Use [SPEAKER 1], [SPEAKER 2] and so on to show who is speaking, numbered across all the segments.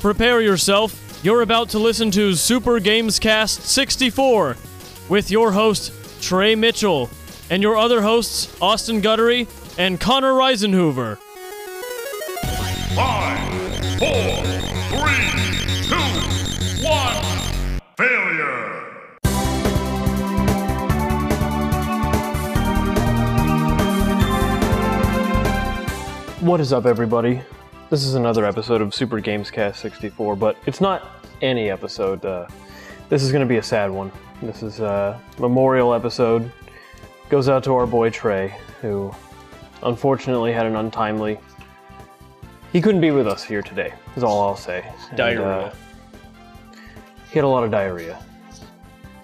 [SPEAKER 1] prepare yourself. You're about to listen to Super Games Cast 64 with your host, Trey Mitchell, and your other hosts, Austin Guttery and Connor Reisenhoover.
[SPEAKER 2] Five, four, three, two, one. Failure.
[SPEAKER 3] What is up, everybody? This is another episode of Super Games Cast 64, but it's not any episode. Uh, this is going to be a sad one. This is a memorial episode. Goes out to our boy Trey, who unfortunately had an untimely. He couldn't be with us here today. Is all I'll say. And,
[SPEAKER 1] Diarrhea.
[SPEAKER 3] uh, he had a lot of diarrhea,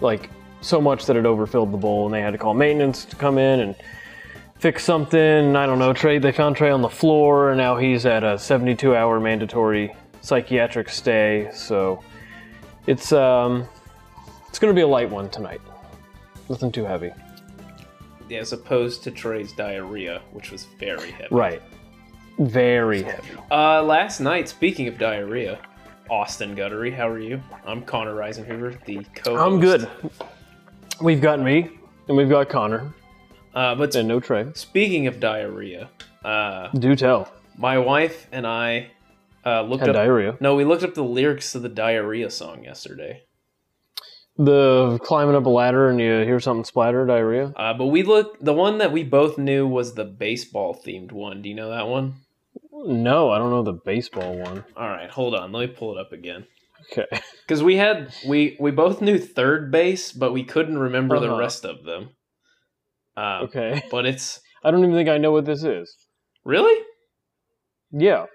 [SPEAKER 3] like so much that it overfilled the bowl, and they had to call maintenance to come in and fix something. I don't know. Trey, they found Trey on the floor, and now he's at a 72-hour mandatory psychiatric stay. So it's um, it's gonna be a light one tonight. Nothing too heavy.
[SPEAKER 4] as opposed to Trey's diarrhea, which was very heavy.
[SPEAKER 3] Right. Very heavy.
[SPEAKER 4] Uh, last night, speaking of diarrhea, Austin Guttery, how are you? I'm Connor Reisenhoover, the co.
[SPEAKER 3] I'm good. We've got me, and we've got Connor,
[SPEAKER 4] Uh, but
[SPEAKER 3] and no Trey.
[SPEAKER 4] speaking of diarrhea, uh,
[SPEAKER 3] Do tell.
[SPEAKER 4] my wife and I uh, looked
[SPEAKER 3] Had
[SPEAKER 4] up.
[SPEAKER 3] diarrhea.
[SPEAKER 4] no, we looked up the lyrics to the diarrhea song yesterday.
[SPEAKER 3] The climbing up a ladder and you hear something splatter, diarrhea.
[SPEAKER 4] Uh, but we look the one that we both knew was the baseball themed one. Do you know that one?
[SPEAKER 3] No, I don't know the baseball one.
[SPEAKER 4] All right, hold on. Let me pull it up again.
[SPEAKER 3] Okay.
[SPEAKER 4] Because we had we we both knew third base, but we couldn't remember the
[SPEAKER 3] Uh-huh.
[SPEAKER 4] rest of them. Um,
[SPEAKER 3] Okay.
[SPEAKER 4] But it's
[SPEAKER 3] I don't even think I know what this is.
[SPEAKER 4] really
[SPEAKER 3] Yeah.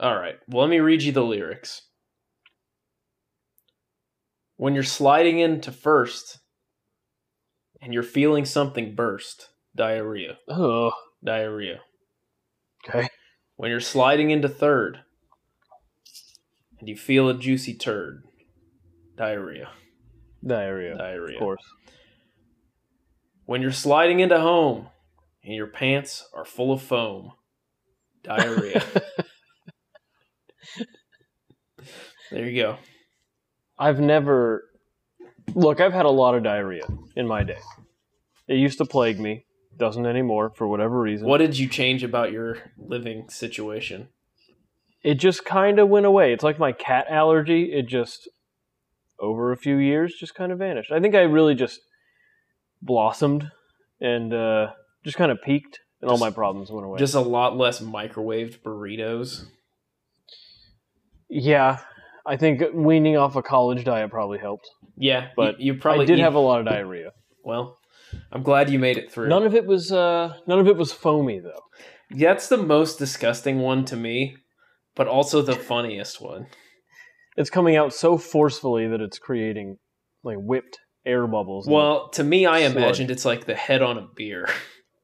[SPEAKER 4] all right. Well, let me read you the lyrics. When you're sliding into first, and you're feeling something burst, diarrhea,
[SPEAKER 3] Oh.
[SPEAKER 4] diarrhea.
[SPEAKER 3] Okay.
[SPEAKER 4] When you're sliding into third, and you feel a juicy turd, diarrhea,
[SPEAKER 3] Diarrhea.
[SPEAKER 4] diarrhea.
[SPEAKER 3] Of course.
[SPEAKER 4] When you're sliding into home and your pants are full of foam, diarrhea. there you go.
[SPEAKER 3] I've never. Look, I've had a lot of diarrhea in my day. It used to plague me. Doesn't anymore for whatever reason.
[SPEAKER 4] What did you change about your living situation?
[SPEAKER 3] It just kind of went away. It's like my cat allergy. It just, over a few years, just kind of vanished. I think I really just blossomed and uh, just kind of peaked, and all
[SPEAKER 4] Just-
[SPEAKER 3] my problems went away.
[SPEAKER 4] Just a lot less microwaved burritos.
[SPEAKER 3] yeah, I think weaning off a college diet probably helped.
[SPEAKER 4] Yeah,
[SPEAKER 3] But
[SPEAKER 4] but you, probably
[SPEAKER 3] I did
[SPEAKER 4] you-
[SPEAKER 3] have a lot of diarrhea.
[SPEAKER 4] Well, I'm glad you made it through.
[SPEAKER 3] None of it was uh, none of it was foamy though.
[SPEAKER 4] That's the most disgusting one to me, but also the funniest one.
[SPEAKER 3] it's coming out so forcefully that it's creating like whipped air bubbles.
[SPEAKER 4] Well, to me, I
[SPEAKER 3] Slug.
[SPEAKER 4] imagined it's like the head on a beer,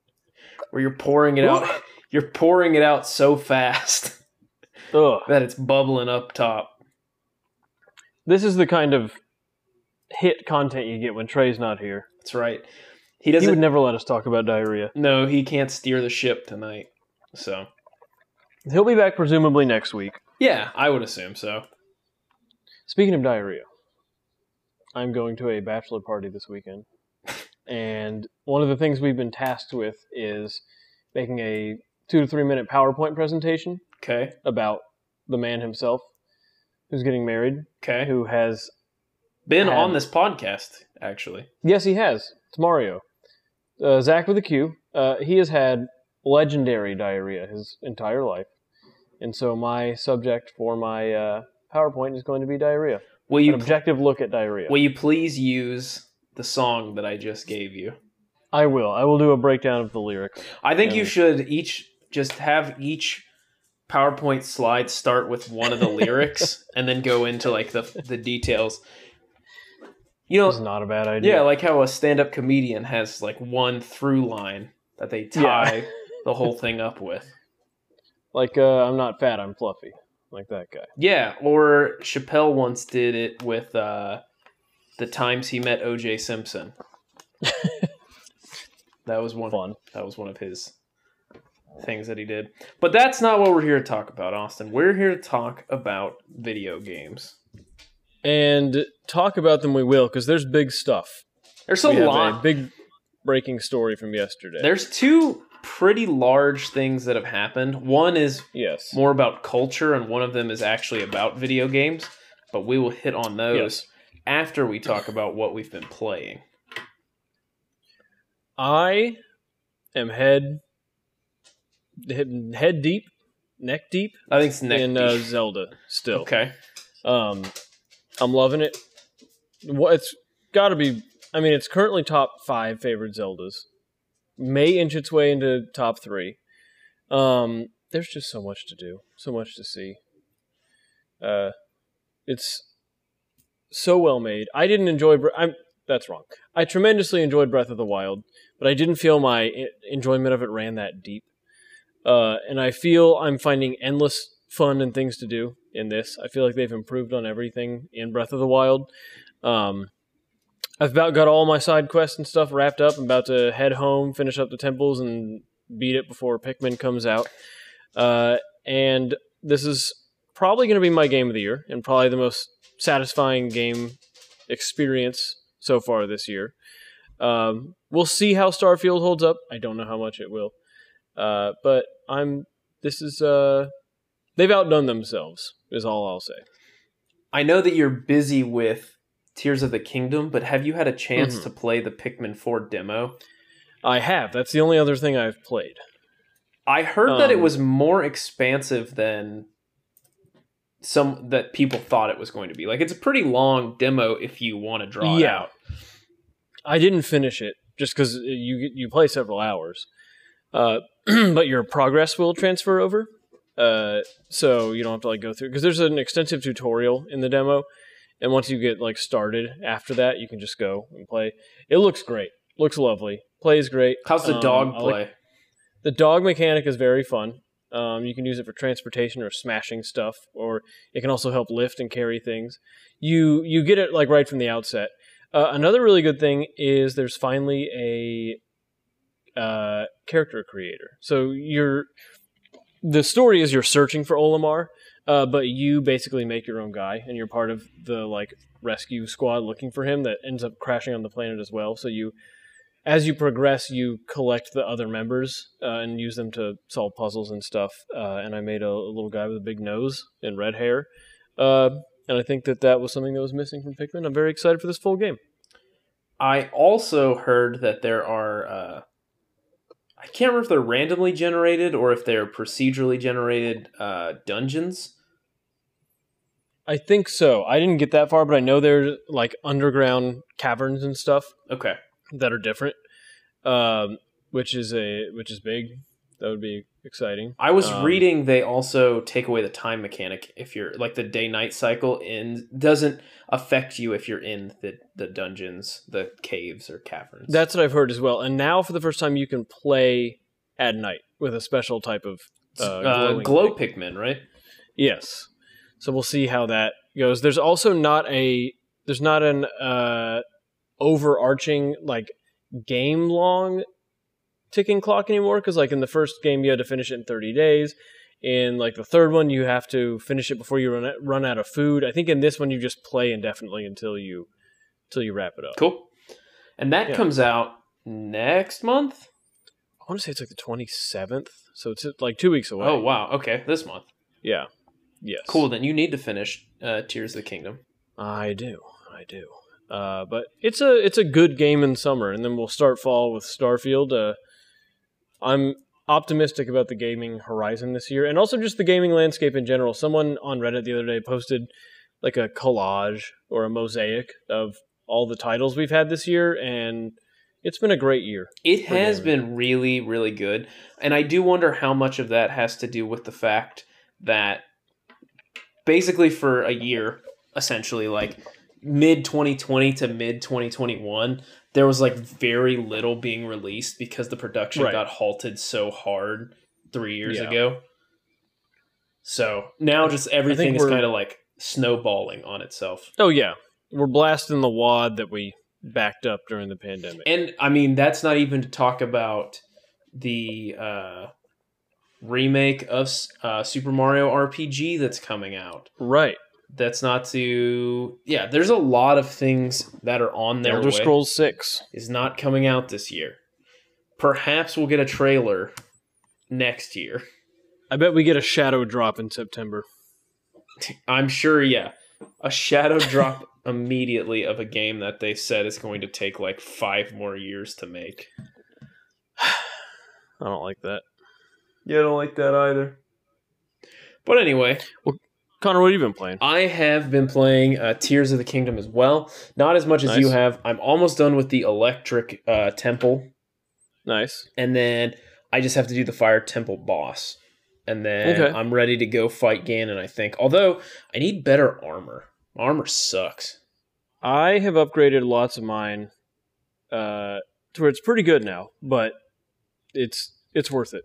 [SPEAKER 4] where you're pouring it out. You're pouring it out so fast
[SPEAKER 3] Ugh.
[SPEAKER 4] that it's bubbling up top.
[SPEAKER 3] this is the kind of hit content you get when Trey's not here.
[SPEAKER 4] That's right. He
[SPEAKER 3] He
[SPEAKER 4] doesn't.
[SPEAKER 3] would never let us talk about diarrhea.
[SPEAKER 4] no, he can't steer the ship tonight. So
[SPEAKER 3] He'll be back presumably next week.
[SPEAKER 4] yeah, I would assume so.
[SPEAKER 3] Speaking of diarrhea, I'm going to a bachelor party this weekend, and one of the things we've been tasked with is making a two to three minute PowerPoint presentation
[SPEAKER 4] Okay.
[SPEAKER 3] about the man himself who's getting married,
[SPEAKER 4] Okay.
[SPEAKER 3] who has
[SPEAKER 4] Been
[SPEAKER 3] Um,
[SPEAKER 4] on this podcast actually.
[SPEAKER 3] Yes, he has. It's Mario. Uh, Zach with a Q. Uh, he has had legendary diarrhea his entire life. And so my subject for my uh, PowerPoint is going to be diarrhea.
[SPEAKER 4] Will
[SPEAKER 3] An
[SPEAKER 4] you?
[SPEAKER 3] objective look at diarrhea.
[SPEAKER 4] will you please use the song that I just gave you?
[SPEAKER 3] I will. I will do a breakdown of the lyrics.
[SPEAKER 4] I think you
[SPEAKER 3] Yeah.
[SPEAKER 4] should each just have each PowerPoint slide start with one of the lyrics and then go into like the the details. You know,
[SPEAKER 3] It's not a bad idea.
[SPEAKER 4] Yeah, like how a stand-up comedian has like one through line that they
[SPEAKER 3] Yeah.
[SPEAKER 4] tie the whole thing up with.
[SPEAKER 3] Like, uh, I'm not fat, I'm fluffy. Like that guy.
[SPEAKER 4] Yeah, or Chappelle once did it with uh, the times he met O.J. Simpson. that was one.
[SPEAKER 3] Fun.
[SPEAKER 4] That was one of his things that he did. But that's not what we're here to talk about, Austin. We're here to talk about video games.
[SPEAKER 3] And talk about them we will, because there's big stuff.
[SPEAKER 4] There's a
[SPEAKER 3] we have
[SPEAKER 4] lot.
[SPEAKER 3] a big breaking story from yesterday.
[SPEAKER 4] There's two pretty large things that have happened. One is
[SPEAKER 3] yes.
[SPEAKER 4] more about culture, and one of them is actually about video games. But we will hit on those
[SPEAKER 3] Yes.
[SPEAKER 4] after we talk about what we've been playing.
[SPEAKER 3] I am head head head deep, neck deep
[SPEAKER 4] I think it's next.
[SPEAKER 3] in uh, Zelda still.
[SPEAKER 4] okay.
[SPEAKER 3] Um, I'm loving it. What it's got to be. I mean, it's currently top five favorite Zeldas. May inch its way into top three. Um, there's just so much to do, so much to see. Uh, it's so well made. I didn't enjoy. Bre- I'm that's wrong. I tremendously enjoyed Breath of the Wild, but I didn't feel my e- enjoyment of it ran that deep. Uh, and I feel I'm finding endless fun and things to do in this. I feel like they've improved on everything in Breath of the Wild. Um, I've about got all my side quests and stuff wrapped up. I'm about to head home, finish up the temples, and beat it before Pikmin comes out. Uh, and this is probably going to be my game of the year, and probably the most satisfying game experience so far this year. Um, we'll see how Starfield holds up. I don't know how much it will, uh, but I'm. This is uh, they've outdone themselves. Is all I'll say.
[SPEAKER 4] I know that you're busy with Tears of the Kingdom, but have you had a chance
[SPEAKER 3] Mm-hmm.
[SPEAKER 4] to play the Pikmin 4 demo?
[SPEAKER 3] I have. That's the only other thing I've played.
[SPEAKER 4] I heard that it
[SPEAKER 3] Um,
[SPEAKER 4] was more expansive than some that people thought it was going to be. Like it's a pretty long demo if you want to draw it
[SPEAKER 3] Yeah.
[SPEAKER 4] out.
[SPEAKER 3] I didn't finish it just because you you play several hours, uh, but your progress will transfer over, uh, so you don't have to like go through because there's an extensive tutorial in the demo, and once you get like started after that, you can just go and play. It looks great, looks lovely, plays great.
[SPEAKER 4] How's the
[SPEAKER 3] Um,
[SPEAKER 4] dog
[SPEAKER 3] I like-
[SPEAKER 4] play?
[SPEAKER 3] the dog mechanic is very fun. Um, you can use it for transportation or smashing stuff, or it can also help lift and carry things. You you get it like right from the outset. Uh, another really good thing is there's finally a uh, character creator. So you're the story is you're searching for Olimar, uh, but you basically make your own guy, and you're part of the like rescue squad looking for him that ends up crashing on the planet as well. So you as you progress, you collect the other members uh, and use them to solve puzzles and stuff. Uh, and I made a, a little guy with a big nose and red hair. Uh, and I think that that was something that was missing from Pikmin. I'm very excited for this full game.
[SPEAKER 4] I also heard that there are uh I can't remember if they're randomly generated or if they're procedurally generated uh dungeons.
[SPEAKER 3] I think so. I didn't get that far, but I know there's like underground caverns and stuff
[SPEAKER 4] Okay.
[SPEAKER 3] that are different, um, which is a which is big. That would be exciting.
[SPEAKER 4] I was
[SPEAKER 3] Um,
[SPEAKER 4] reading they also take away the time mechanic if you're like the day night cycle in doesn't affect you if you're in the, the dungeons, the caves or caverns.
[SPEAKER 3] That's what I've heard as well. And now for the first time, you can play at night with a special type of
[SPEAKER 4] uh,
[SPEAKER 3] uh, glowing
[SPEAKER 4] glow Pikmin, right?
[SPEAKER 3] Yes. So we'll see how that goes. There's also not a there's not an uh overarching like game long ticking clock anymore cuz like in the first game you had to finish it in 30 days. In like the third one you have to finish it before you run out, run out of food. I think in this one you just play indefinitely until you until you wrap it up.
[SPEAKER 4] Cool. And that
[SPEAKER 3] Yeah.
[SPEAKER 4] comes out next month.
[SPEAKER 3] I want to say it's like the 27th. So it's uh, like 2 weeks away.
[SPEAKER 4] Oh wow, okay, this month.
[SPEAKER 3] yeah. Yes.
[SPEAKER 4] Cool. Then you need to finish uh, Tears of the Kingdom.
[SPEAKER 3] I do, I do. Uh, but it's a it's a good game in summer, and then we'll start fall with Starfield. Uh, I'm optimistic about the gaming horizon this year, and also just the gaming landscape in general. Someone on Reddit the other day posted like a collage or a mosaic of all the titles we've had this year, and it's been a great year.
[SPEAKER 4] It
[SPEAKER 3] For
[SPEAKER 4] has
[SPEAKER 3] gaming.
[SPEAKER 4] been really, really good. And I do wonder how much of that has to do with the fact that basically for a year, essentially, like mid 2020 to mid 2021, there was like very little being released because the production
[SPEAKER 3] Right.
[SPEAKER 4] got halted so hard three years
[SPEAKER 3] Yeah.
[SPEAKER 4] ago. So now just everything is
[SPEAKER 3] we're-
[SPEAKER 4] kind of like snowballing on itself.
[SPEAKER 3] Oh yeah, we're blasting the wad that we backed up during the pandemic.
[SPEAKER 4] And I mean, that's not even to talk about the uh, remake of uh, Super Mario RPG that's coming out.
[SPEAKER 3] Right.
[SPEAKER 4] That's not to yeah. There's a lot of things that are on their
[SPEAKER 3] Elder
[SPEAKER 4] way.
[SPEAKER 3] Scrolls Six.
[SPEAKER 4] is not coming out this year. Perhaps we'll get a trailer next year.
[SPEAKER 3] I bet we get a shadow drop in September.
[SPEAKER 4] I'm sure, yeah. A shadow drop immediately of a game that they said is going to take like five more years to make.
[SPEAKER 3] I don't like that.
[SPEAKER 4] Yeah, I don't like that either. But anyway,
[SPEAKER 3] Connor, what have you been playing?
[SPEAKER 4] I have been playing uh, Tears of the Kingdom as well. Not as much as
[SPEAKER 3] Nice.
[SPEAKER 4] you have. I'm almost done with the Electric uh, Temple,
[SPEAKER 3] Nice.
[SPEAKER 4] and then I just have to do the Fire Temple boss, and then
[SPEAKER 3] Okay.
[SPEAKER 4] I'm ready to go fight Ganon. I think. Although I need better armor. My armor sucks.
[SPEAKER 3] I have upgraded lots of mine uh, to where it's pretty good now, but it's it's worth it.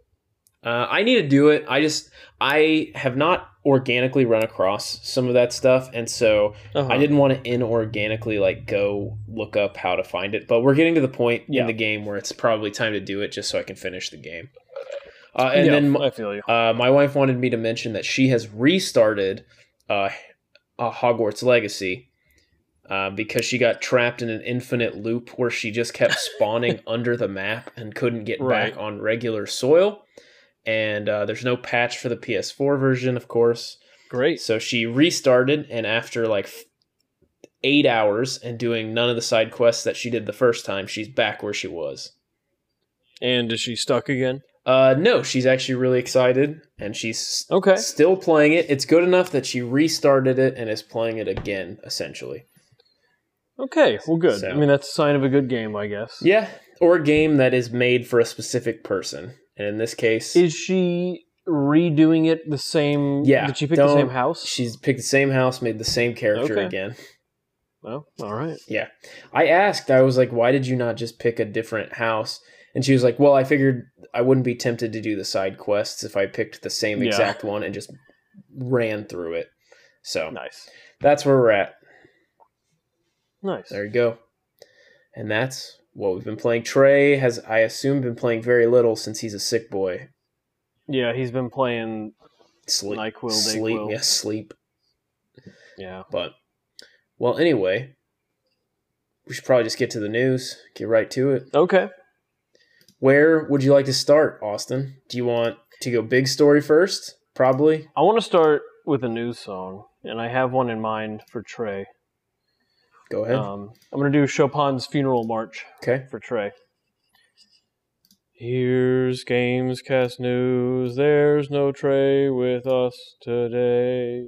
[SPEAKER 4] Uh, I need to do it. I just I have not organically run across some of that stuff, and so
[SPEAKER 3] Uh-huh.
[SPEAKER 4] I didn't want to inorganically like go look up how to find it, but we're getting to the point
[SPEAKER 3] Yeah.
[SPEAKER 4] in the game where it's probably time to do it just so I can finish the game. Uh, and
[SPEAKER 3] Yeah,
[SPEAKER 4] then
[SPEAKER 3] I feel you.
[SPEAKER 4] uh, my wife wanted me to mention that she has restarted uh, uh, Hogwarts Legacy uh, because she got trapped in an infinite loop where she just kept spawning under the map and couldn't get
[SPEAKER 3] Right.
[SPEAKER 4] back on regular soil. And uh, there's no patch for the PS4 version, of course.
[SPEAKER 3] Great.
[SPEAKER 4] So she restarted, and after like f- eight hours and doing none of the side quests that she did the first time, she's back where she was.
[SPEAKER 3] And is she stuck again?
[SPEAKER 4] Uh, no, she's actually really excited, and she's s-
[SPEAKER 3] Okay.
[SPEAKER 4] still playing it. It's good enough that she restarted it and is playing it again, essentially.
[SPEAKER 3] Okay. Well, good.
[SPEAKER 4] So-
[SPEAKER 3] I mean, that's a sign of a good game, I guess.
[SPEAKER 4] Yeah, or a game that is made for a specific person, and in this case,
[SPEAKER 3] Is she redoing it the same?
[SPEAKER 4] Yeah,
[SPEAKER 3] Did she pick the
[SPEAKER 4] don't-
[SPEAKER 3] same house?
[SPEAKER 4] she's picked the same house, made the same character
[SPEAKER 3] Okay.
[SPEAKER 4] again.
[SPEAKER 3] Well, Oh, all right.
[SPEAKER 4] Yeah. I asked, I was like, why did you not just pick a different house? And she was like, well, I figured I wouldn't be tempted to do the side quests if I picked the same
[SPEAKER 3] Yeah.
[SPEAKER 4] exact one and just ran through it. So
[SPEAKER 3] Nice.
[SPEAKER 4] that's where we're at.
[SPEAKER 3] Nice.
[SPEAKER 4] There you go. And that's what we've been playing. Trey has, I assume, been playing very little since he's a sick boy.
[SPEAKER 3] Yeah, he's been playing.
[SPEAKER 4] Sleep.
[SPEAKER 3] NyQuil,
[SPEAKER 4] sleep.
[SPEAKER 3] DayQuil.
[SPEAKER 4] Yeah, sleep.
[SPEAKER 3] Yeah.
[SPEAKER 4] But, well, anyway, we should probably just get to the news, get right to it.
[SPEAKER 3] Okay.
[SPEAKER 4] Where would you like to start, Austin? Do you want to go big story first? Probably.
[SPEAKER 3] I want to start with a news song, and I have one in mind for Trey.
[SPEAKER 4] Go ahead.
[SPEAKER 3] Um, I'm going to do Chopin's Funeral March
[SPEAKER 4] okay.
[SPEAKER 3] for Trey. Here's Games Cast News. There's no Trey with us today.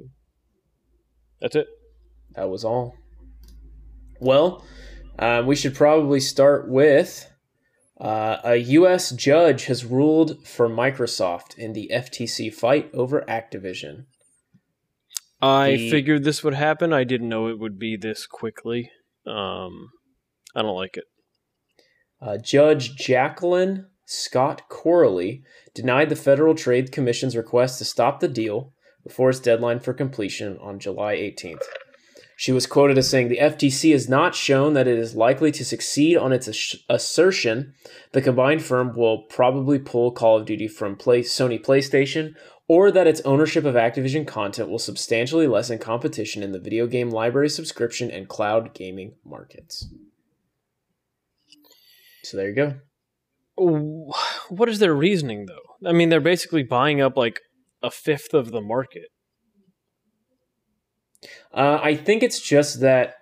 [SPEAKER 3] That's it.
[SPEAKER 4] That was all. Well, uh, we should probably start with uh, a U.S. judge has ruled for Microsoft in the FTC fight over Activision.
[SPEAKER 3] I
[SPEAKER 4] The-
[SPEAKER 3] figured this would happen. I didn't know it would be this quickly. Um, I don't like it.
[SPEAKER 4] Uh, Judge Jacqueline Scott Corley denied the Federal Trade Commission's request to stop the deal before its deadline for completion on July 18th. She was quoted as saying, The FTC has not shown that it is likely to succeed on its ass- assertion. The combined firm will probably pull Call of Duty from play- Sony PlayStation, or that its ownership of Activision content will substantially lessen competition in the video game library subscription and cloud gaming markets. So there you go.
[SPEAKER 3] Wh- What is their reasoning, though? I mean, they're basically buying up like a fifth of the market.
[SPEAKER 4] Uh, I think it's just that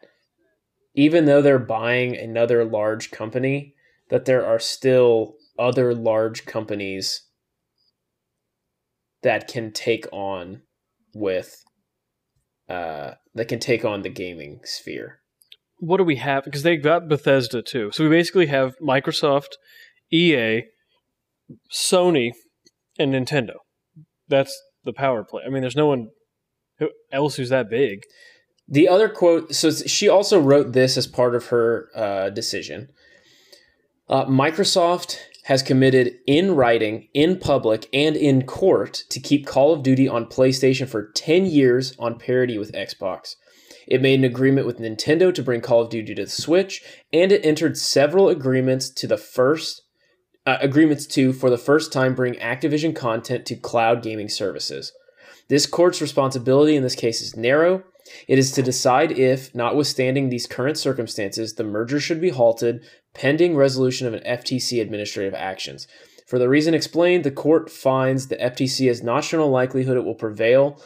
[SPEAKER 4] even though they're buying another large company, that there are still other large companies that can take on with uh, that can take on the gaming sphere.
[SPEAKER 3] What do we have? Because they got Bethesda too. So we basically have Microsoft, EA, Sony, and Nintendo. That's the power play. I mean, there's no one who else who's that big.
[SPEAKER 4] The other quote so she also wrote this as part of her uh, decision. Uh, Microsoft has committed in writing, in public, and in court to keep Call of Duty on PlayStation for 10 years on parity with Xbox. It made an agreement with Nintendo to bring Call of Duty to the Switch, and it entered several agreements to the first uh, agreements to, for the first time, bring Activision content to cloud gaming services. This court's responsibility in this case is narrow. It is to decide if, notwithstanding these current circumstances, the merger should be halted pending resolution of an FTC administrative actions. For the reason explained, the court finds the FTC has not shown a likelihood it will prevail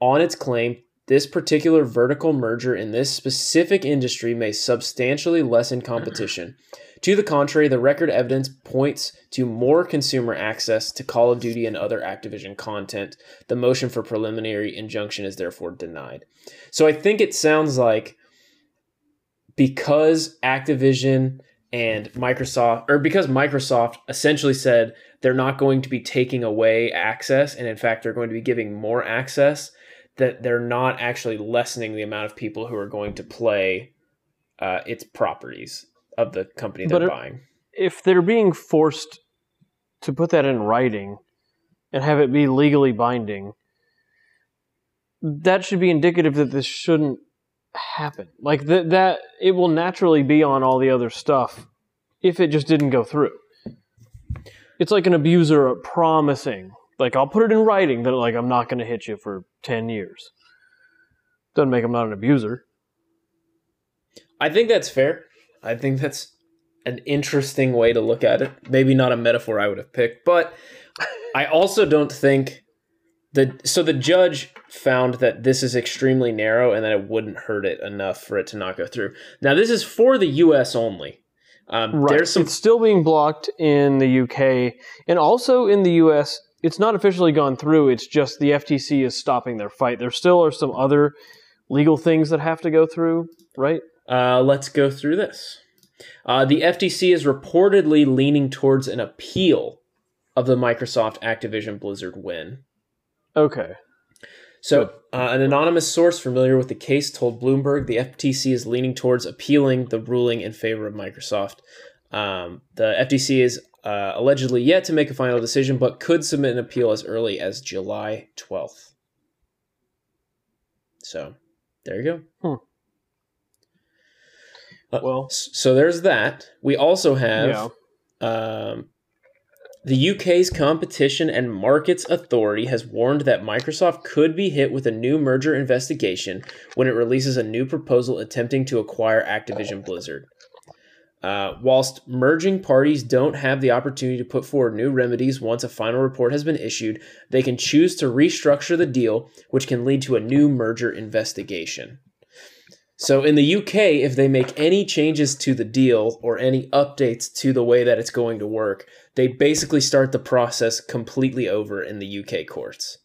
[SPEAKER 4] on its claim this particular vertical merger in this specific industry may substantially lessen competition. To the contrary, the record evidence points to more consumer access to Call of Duty and other Activision content. The motion for preliminary injunction is therefore denied. So I think it sounds like because Activision and Microsoft, or because Microsoft essentially said they're not going to be taking away access, and in fact, they're going to be giving more access, that they're not actually lessening the amount of people who are going to play uh, its properties of the company they're
[SPEAKER 3] But it-
[SPEAKER 4] buying.
[SPEAKER 3] if they're being forced to put that in writing and have it be legally binding, that should be indicative that this shouldn't happen. Like that, that it will naturally be on all the other stuff if it just didn't go through. It's like an abuser promising, like I'll put it in writing that like I'm not going to hit you for ten years. Doesn't make him not an abuser.
[SPEAKER 4] I think that's fair. I think that's an interesting way to look at it. Maybe not a metaphor I would have picked, but I also don't think the so the judge found that this is extremely narrow and that it wouldn't hurt it enough for it to not go through. Now this is for the U.S. only. Um,
[SPEAKER 3] Right.
[SPEAKER 4] There's some
[SPEAKER 3] It's still being blocked in the UK and also in the US. It's not officially gone through. It's just the FTC is stopping their fight. There still are some other legal things that have to go through, right?
[SPEAKER 4] Uh, let's go through this. Uh, the FTC is reportedly leaning towards an appeal of the Microsoft Activision Blizzard win.
[SPEAKER 3] Okay.
[SPEAKER 4] So, uh, an anonymous source familiar with the case told Bloomberg the FTC is leaning towards appealing the ruling in favor of Microsoft. Um, the FTC is uh, allegedly yet to make a final decision, but could submit an appeal as early as July 12th. So, there you go. Uh,
[SPEAKER 3] Well,
[SPEAKER 4] S- So there's that. We also have um, the UK's Competition and Markets Authority has warned that Microsoft could be hit with a new merger investigation when it releases a new proposal attempting to acquire Activision Blizzard. Uh, whilst merging parties don't have the opportunity to put forward new remedies once a final report has been issued, they can choose to restructure the deal, which can lead to a new merger investigation. So in the UK, if they make any changes to the deal or any updates to the way that it's going to work, they basically start the process completely over in the UK courts.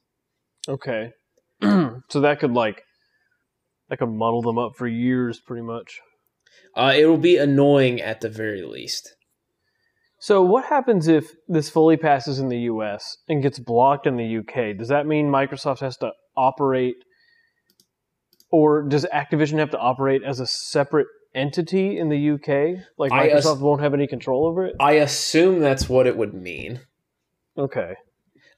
[SPEAKER 3] okay. so that could like that could muddle them up for years pretty much.
[SPEAKER 4] Uh, it will be annoying at the very least.
[SPEAKER 3] So what happens if this fully passes in the US and gets blocked in the UK? Does that mean Microsoft has to operate or does Activision have to operate as a separate entity in the UK? Like
[SPEAKER 4] I
[SPEAKER 3] Microsoft
[SPEAKER 4] ass-
[SPEAKER 3] won't have any control over it?
[SPEAKER 4] I assume that's what it would mean.
[SPEAKER 3] Okay.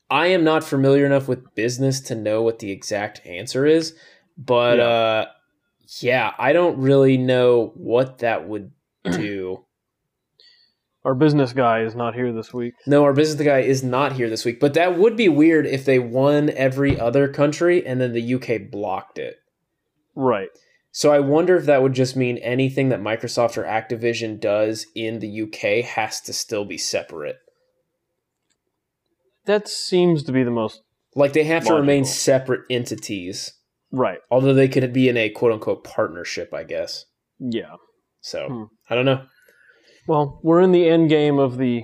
[SPEAKER 4] I am not familiar enough with business to know what the exact answer is, but
[SPEAKER 3] Yeah.
[SPEAKER 4] uh yeah, I don't really know what that would do.
[SPEAKER 3] Our business guy is not here this week.
[SPEAKER 4] No, our business guy is not here this week, but that would be weird if they won every other country and then the UK blocked it.
[SPEAKER 3] Right.
[SPEAKER 4] So I wonder if that would just mean anything that Microsoft or Activision does in the UK has to still be separate.
[SPEAKER 3] That seems to be the most
[SPEAKER 4] Like they have to remain
[SPEAKER 3] Logical.
[SPEAKER 4] separate entities,
[SPEAKER 3] right.
[SPEAKER 4] although they could be in a quote unquote partnership, I guess.
[SPEAKER 3] Yeah.
[SPEAKER 4] So
[SPEAKER 3] Hmm.
[SPEAKER 4] I don't know.
[SPEAKER 3] Well, we're in the end game of the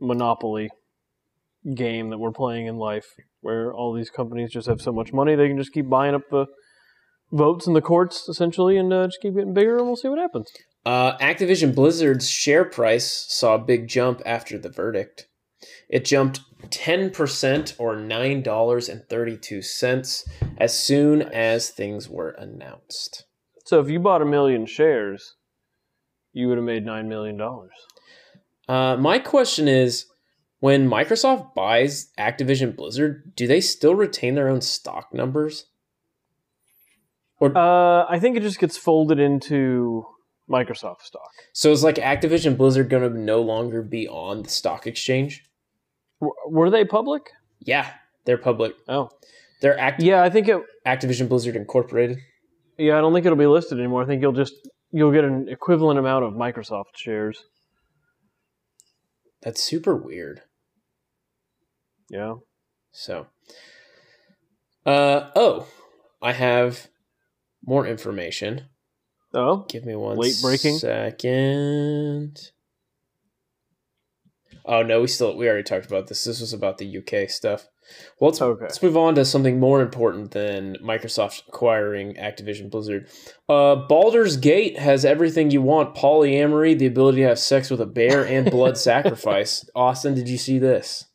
[SPEAKER 3] monopoly game that we're playing in life, where all these companies just have so much money they can just keep buying up the votes in the courts, essentially, and uh, just keep getting bigger, and we'll see what happens.
[SPEAKER 4] Uh, Activision Blizzard's share price saw a big jump after the verdict. It jumped 10% or $9.32 as soon as things were announced.
[SPEAKER 3] So if you bought a million shares, you would have made nine million dollars.
[SPEAKER 4] Uh, my question is when Microsoft buys Activision Blizzard, do they still retain their own stock numbers?
[SPEAKER 3] Uh, I think it just gets folded into Microsoft stock.
[SPEAKER 4] So is like Activision Blizzard going to no longer be on the stock exchange?
[SPEAKER 3] W- were they public?
[SPEAKER 4] Yeah, they're public.
[SPEAKER 3] Oh,
[SPEAKER 4] They're act-
[SPEAKER 3] yeah. I think it.
[SPEAKER 4] Activision Blizzard Incorporated.
[SPEAKER 3] Yeah, I don't think it'll be listed anymore. I think you'll just you'll get an equivalent amount of Microsoft shares.
[SPEAKER 4] That's super weird.
[SPEAKER 3] Yeah.
[SPEAKER 4] So, uh oh, I have more information.
[SPEAKER 3] Oh,
[SPEAKER 4] Give me one
[SPEAKER 3] Late breaking?
[SPEAKER 4] second. Oh no, we still we already talked about this. This was about the UK stuff. Well, let's
[SPEAKER 3] Okay.
[SPEAKER 4] let's move on to something more important than Microsoft acquiring Activision Blizzard. Uh, Baldur's Gate has everything you want: polyamory, the ability to have sex with a bear, and blood sacrifice. Austin, did you see this?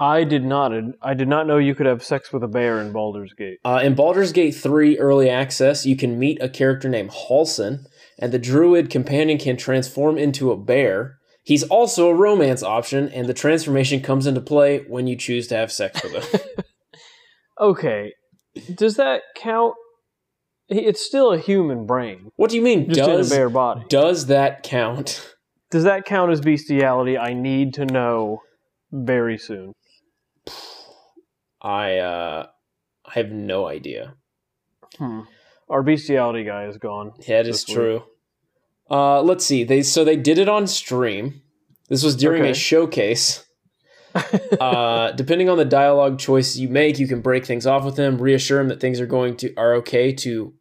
[SPEAKER 3] I did not. I did not know you could have sex with a bear in Baldur's Gate.
[SPEAKER 4] Uh, in Baldur's Gate 3 Early Access, you can meet a character named Halson, and the druid companion can transform into a bear. He's also a romance option, and the transformation comes into play when you choose to have sex with him.
[SPEAKER 3] Okay. Does that count? It's still a human brain,
[SPEAKER 4] what do you mean?
[SPEAKER 3] just
[SPEAKER 4] Does,
[SPEAKER 3] in a bear body.
[SPEAKER 4] does that count?
[SPEAKER 3] Does that count as bestiality? I need to know very soon.
[SPEAKER 4] I uh, I have no idea.
[SPEAKER 3] Hmm. Our bestiality guy is gone.
[SPEAKER 4] Yeah, it is
[SPEAKER 3] This week.
[SPEAKER 4] true. Uh, let's see. They so they did it on stream. This was during
[SPEAKER 3] Okay.
[SPEAKER 4] a showcase. uh, depending on the dialogue choice you make, you can break things off with him, reassure him that things are going to are okay to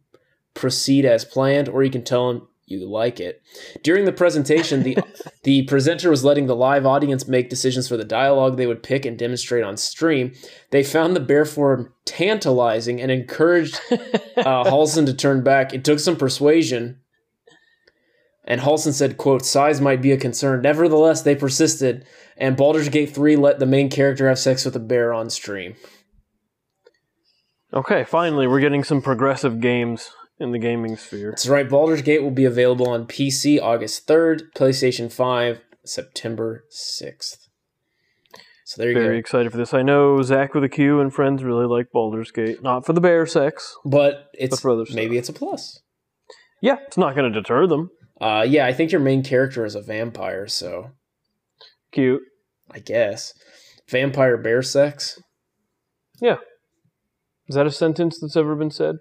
[SPEAKER 4] proceed as planned, or you can tell him you like it. During the presentation, the the presenter was letting the live audience make decisions for the dialogue they would pick and demonstrate on stream. They found the bear form tantalizing and encouraged uh, Halson to turn back. It took some persuasion. And Halson said, quote, size might be a concern. Nevertheless, they persisted, and Baldur's Gate 3 let the main character have sex with a bear on stream.
[SPEAKER 3] Okay, finally, we're getting some progressive games in the gaming sphere.
[SPEAKER 4] That's right, Baldur's Gate will be available on PC August 3rd, PlayStation 5, September 6th. So there you
[SPEAKER 3] Very
[SPEAKER 4] go.
[SPEAKER 3] excited for this. I know Zach with a Q and friends really like Baldur's Gate. Not for the bear sex.
[SPEAKER 4] But it's
[SPEAKER 3] That's for other stuff.
[SPEAKER 4] maybe it's a plus.
[SPEAKER 3] Yeah, it's not going to deter them.
[SPEAKER 4] Uh, yeah, I think your main character is a vampire, so
[SPEAKER 3] Cute.
[SPEAKER 4] I guess. Vampire bear sex?
[SPEAKER 3] Is that a sentence that's ever been said?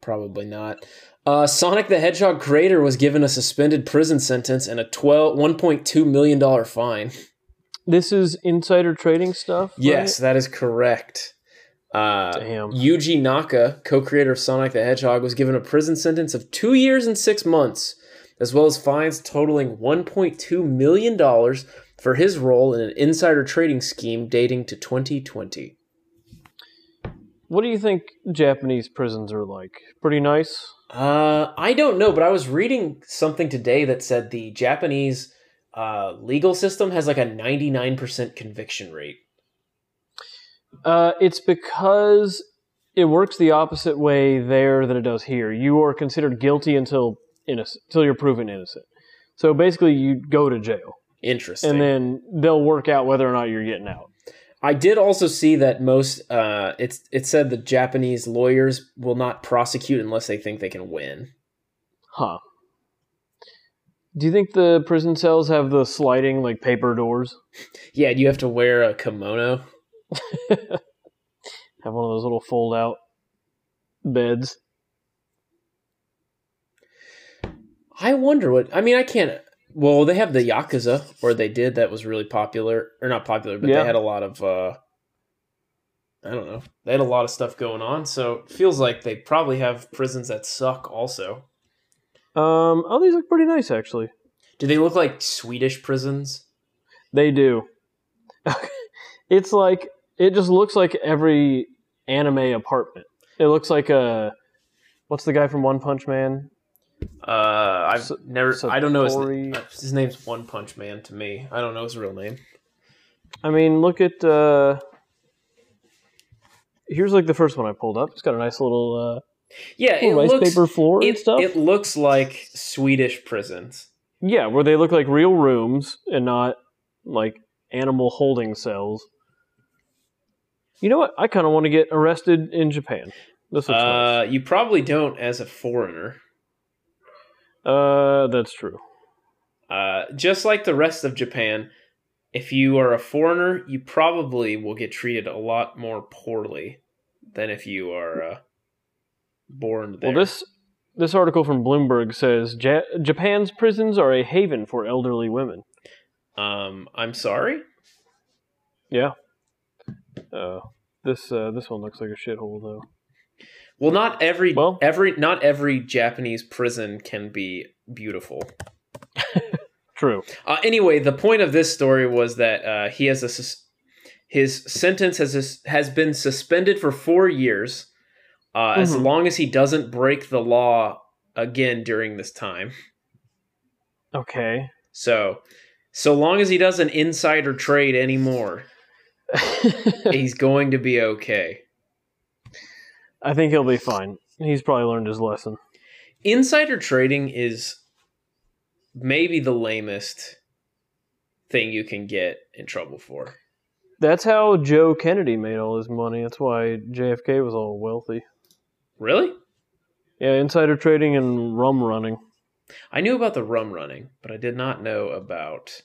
[SPEAKER 4] Probably not. Uh, Sonic the Hedgehog creator was given a suspended prison sentence and a 12, $1.2 million fine.
[SPEAKER 3] This is insider trading stuff. right?
[SPEAKER 4] Yes, that is correct. Uh,
[SPEAKER 3] Damn.
[SPEAKER 4] Yuji Naka, co creator of Sonic the Hedgehog, was given a prison sentence of two years and six months, as well as fines totaling $1.2 million for his role in an insider trading scheme dating to 2020.
[SPEAKER 3] What do you think Japanese prisons are like? Pretty nice.
[SPEAKER 4] Uh, I don't know, but I was reading something today that said the Japanese uh, legal system has like a 99% conviction rate.
[SPEAKER 3] Uh, it's because it works the opposite way there than it does here. You are considered guilty until innocent, until you're proven innocent. So basically, you go to jail,
[SPEAKER 4] Interesting.
[SPEAKER 3] and then they'll work out whether or not you're getting out.
[SPEAKER 4] I did also see that most uh, it's it said the Japanese lawyers will not prosecute unless they think they can win.
[SPEAKER 3] Huh. Do you think the prison cells have the sliding like paper doors?
[SPEAKER 4] Yeah, you have to wear a kimono.
[SPEAKER 3] Have one of those little fold out beds?
[SPEAKER 4] I wonder what I mean. I can't. Well, they have the yakuza, or they did. That was really popular, or not popular, but
[SPEAKER 3] Yeah.
[SPEAKER 4] they had a lot of. Uh, I don't know. They had a lot of stuff going on, so it feels like they probably have prisons that suck. Also,
[SPEAKER 3] Um, oh, these look pretty nice actually.
[SPEAKER 4] do they look like Swedish prisons?
[SPEAKER 3] They do. it's like it just looks like every anime apartment. It looks like a what's the guy from One Punch Man?
[SPEAKER 4] Uh, I've
[SPEAKER 3] So-
[SPEAKER 4] never. I don't know his. na-
[SPEAKER 3] Satori-
[SPEAKER 4] His name's One Punch Man to me. I don't know his real name.
[SPEAKER 3] I mean, look at uh Here's like the first one I pulled up. It's got a nice little
[SPEAKER 4] Yeah,
[SPEAKER 3] uh,
[SPEAKER 4] it
[SPEAKER 3] rice
[SPEAKER 4] looks.
[SPEAKER 3] paper floor and
[SPEAKER 4] it,
[SPEAKER 3] stuff.
[SPEAKER 4] it looks like Swedish prisons.
[SPEAKER 3] yeah, where they look like real rooms and not like animal holding cells. You know what? I kind of want to get arrested in Japan. This looks nice.
[SPEAKER 4] Uh, you probably don't as a foreigner.
[SPEAKER 3] Uh, that's true.
[SPEAKER 4] Uh, just like the rest of Japan, if you are a foreigner, you probably will get treated a lot more poorly than if you are uh, born there.
[SPEAKER 3] Well, this this article from Bloomberg says ja- Japan's prisons are a haven for elderly women.
[SPEAKER 4] um, I'm sorry.
[SPEAKER 3] Yeah. Uh, this uh, this one looks like a shithole though.
[SPEAKER 4] Well, not every
[SPEAKER 3] Well-
[SPEAKER 4] every not every Japanese prison can be beautiful.
[SPEAKER 3] True.
[SPEAKER 4] Uh, anyway, the point of this story was that uh, he has a sus- his sentence has has been suspended for four years, uh, as
[SPEAKER 3] Mhm.
[SPEAKER 4] long as he doesn't break the law again during this time.
[SPEAKER 3] Okay.
[SPEAKER 4] So, so long as he doesn't insider trade anymore, he's going to be okay.
[SPEAKER 3] I think he'll be fine. He's probably learned his lesson.
[SPEAKER 4] Insider trading is maybe the lamest thing you can get in trouble for.
[SPEAKER 3] That's how Joe Kennedy made all his money. That's why JFK was all wealthy.
[SPEAKER 4] Really?
[SPEAKER 3] Yeah, insider trading and rum running.
[SPEAKER 4] I knew about the rum running, but I did not know about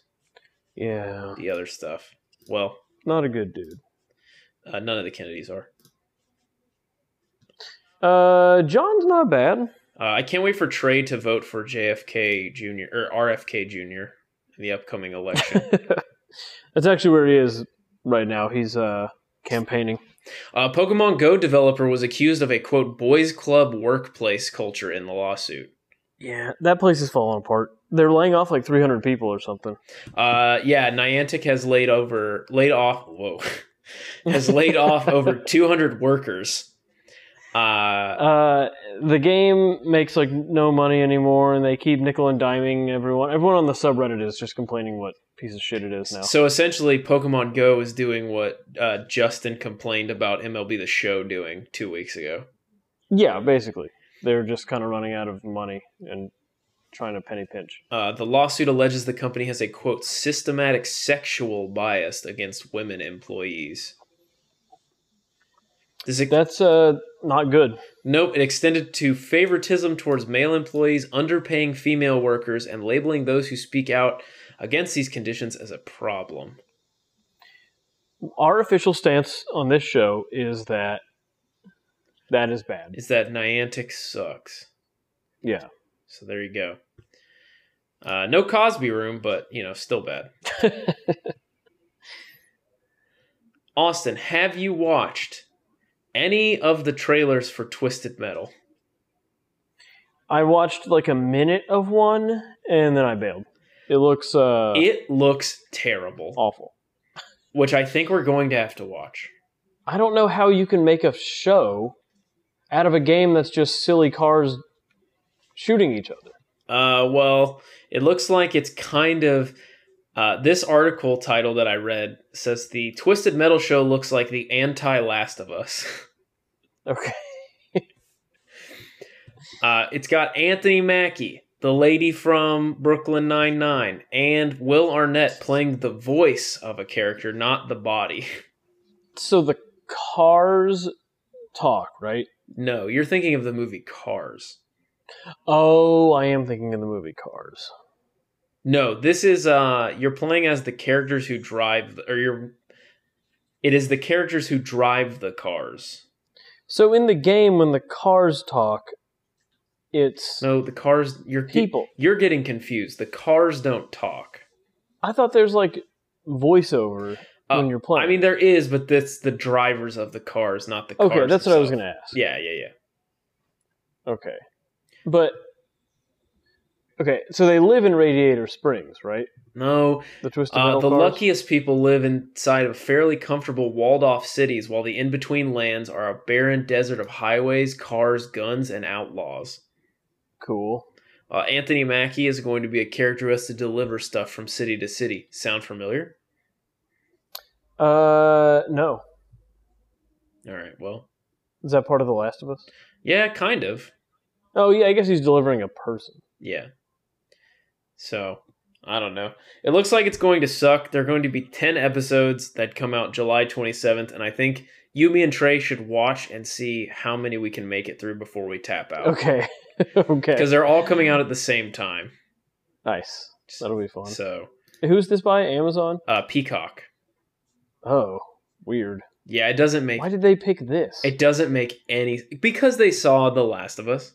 [SPEAKER 3] Yeah,
[SPEAKER 4] the other stuff. Well,
[SPEAKER 3] not a good dude.
[SPEAKER 4] uh, none of the Kennedys are.
[SPEAKER 3] Uh, John's not bad.
[SPEAKER 4] Uh, I can't wait for Trey to vote for JFK Jr. or RFK Jr. in the upcoming election.
[SPEAKER 3] That's actually where he is right now. He's uh campaigning.
[SPEAKER 4] A Uh, Pokemon Go developer was accused of a quote boys club workplace culture in the lawsuit.
[SPEAKER 3] Yeah, that place is falling apart. They're laying off like 300 people or something.
[SPEAKER 4] Uh, yeah, Niantic has laid over laid off. Whoa, has laid off over 200 workers. Uh,
[SPEAKER 3] Uh, the game makes like no money anymore, and they keep nickel and diming everyone. Everyone on the subreddit is just complaining what piece of shit it is now.
[SPEAKER 4] so essentially, Pokemon Go is doing what uh, Justin complained about MLB The Show doing two weeks ago.
[SPEAKER 3] Yeah, basically, they're just kind of running out of money and trying to penny pinch.
[SPEAKER 4] Uh, the lawsuit alleges the company has a quote systematic sexual bias against women employees. This ex-
[SPEAKER 3] That's uh not good.
[SPEAKER 4] nope, it extended to favoritism towards male employees, underpaying female workers, and labeling those who speak out against these conditions as a problem.
[SPEAKER 3] Our official stance on this show is that that is bad.
[SPEAKER 4] Is that Niantic sucks?
[SPEAKER 3] Yeah.
[SPEAKER 4] So there you go. Uh, no Cosby room, but you know, still bad. Austin, have you watched any of the trailers for Twisted Metal?
[SPEAKER 3] I watched like a minute of one and then I bailed. It looks uh
[SPEAKER 4] it looks terrible,
[SPEAKER 3] awful.
[SPEAKER 4] which I think we're going to have to watch.
[SPEAKER 3] I don't know how you can make a show out of a game that's just silly cars shooting each other.
[SPEAKER 4] Uh, well, it looks like it's kind of. Uh, this article title that I read says the Twisted Metal show looks like the anti Last of Us.
[SPEAKER 3] Okay.
[SPEAKER 4] Uh, it's got Anthony Mackie, the lady from Brooklyn Nine Nine, and Will Arnett playing the voice of a character, not the body.
[SPEAKER 3] So the cars talk, right?
[SPEAKER 4] No, you're thinking of the movie Cars.
[SPEAKER 3] Oh, I am thinking of the movie Cars.
[SPEAKER 4] No, this is uh, you're playing as the characters who drive, or you're. It is the characters who drive the cars.
[SPEAKER 3] So in the game when the cars talk, it's
[SPEAKER 4] No, the cars. You're
[SPEAKER 3] people.
[SPEAKER 4] You're getting confused. The cars don't talk.
[SPEAKER 3] I thought there's like voiceover
[SPEAKER 4] Uh,
[SPEAKER 3] when you're playing.
[SPEAKER 4] I mean, there is, but that's the drivers of the cars, not the cars.
[SPEAKER 3] okay, that's what I was
[SPEAKER 4] themselves.
[SPEAKER 3] gonna ask.
[SPEAKER 4] Yeah, yeah, yeah.
[SPEAKER 3] Okay. But okay, so they live in Radiator Springs, right?
[SPEAKER 4] No,
[SPEAKER 3] The twisted
[SPEAKER 4] Uh,
[SPEAKER 3] metal
[SPEAKER 4] the
[SPEAKER 3] cars?
[SPEAKER 4] luckiest people live inside of fairly comfortable walled off cities, while the in between lands are a barren desert of highways, cars, guns, and outlaws.
[SPEAKER 3] cool.
[SPEAKER 4] Uh, Anthony Mackie is going to be a character who has to deliver stuff from city to city. Sound familiar?
[SPEAKER 3] Uh, no.
[SPEAKER 4] All right, well,
[SPEAKER 3] Is that part of The Last of Us?
[SPEAKER 4] yeah, kind of.
[SPEAKER 3] Oh yeah, I guess he's delivering a person.
[SPEAKER 4] Yeah. So, I don't know. It looks like it's going to suck. There are going to be 10 episodes that come out July 27th, and I think you, me, and Trey should watch and see how many we can make it through before we tap out.
[SPEAKER 3] Okay. okay.
[SPEAKER 4] because they're all coming out at the same time.
[SPEAKER 3] Nice. That'll be fun.
[SPEAKER 4] So
[SPEAKER 3] Who's this by? Amazon?
[SPEAKER 4] uh, Peacock.
[SPEAKER 3] Oh, weird.
[SPEAKER 4] Yeah, it doesn't make
[SPEAKER 3] Why did they pick this?
[SPEAKER 4] it doesn't make any because they saw The Last of Us.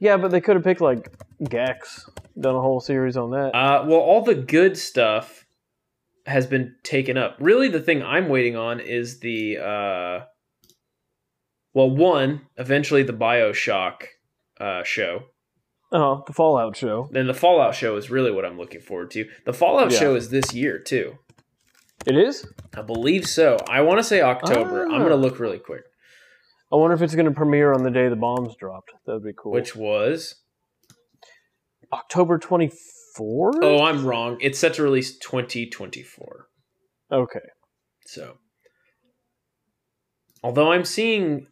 [SPEAKER 3] Yeah, but they could have picked like Gex. Done a whole series on that.
[SPEAKER 4] Uh, well, all the good stuff has been taken up. Really, the thing I'm waiting on is the uh, well, one eventually the Bioshock uh, show.
[SPEAKER 3] oh, the Fallout show.
[SPEAKER 4] Then the Fallout show is really what I'm looking forward to. The Fallout
[SPEAKER 3] Yeah.
[SPEAKER 4] show is this year too.
[SPEAKER 3] It is.
[SPEAKER 4] I believe so. I want to say October. I'm
[SPEAKER 3] Ah.
[SPEAKER 4] gonna look really quick.
[SPEAKER 3] I wonder if it's going to premiere on the day the bombs dropped. That would be cool.
[SPEAKER 4] Which was
[SPEAKER 3] October twenty fourth?
[SPEAKER 4] oh, I'm wrong. It's set to release 2024.
[SPEAKER 3] okay.
[SPEAKER 4] So, although I'm seeing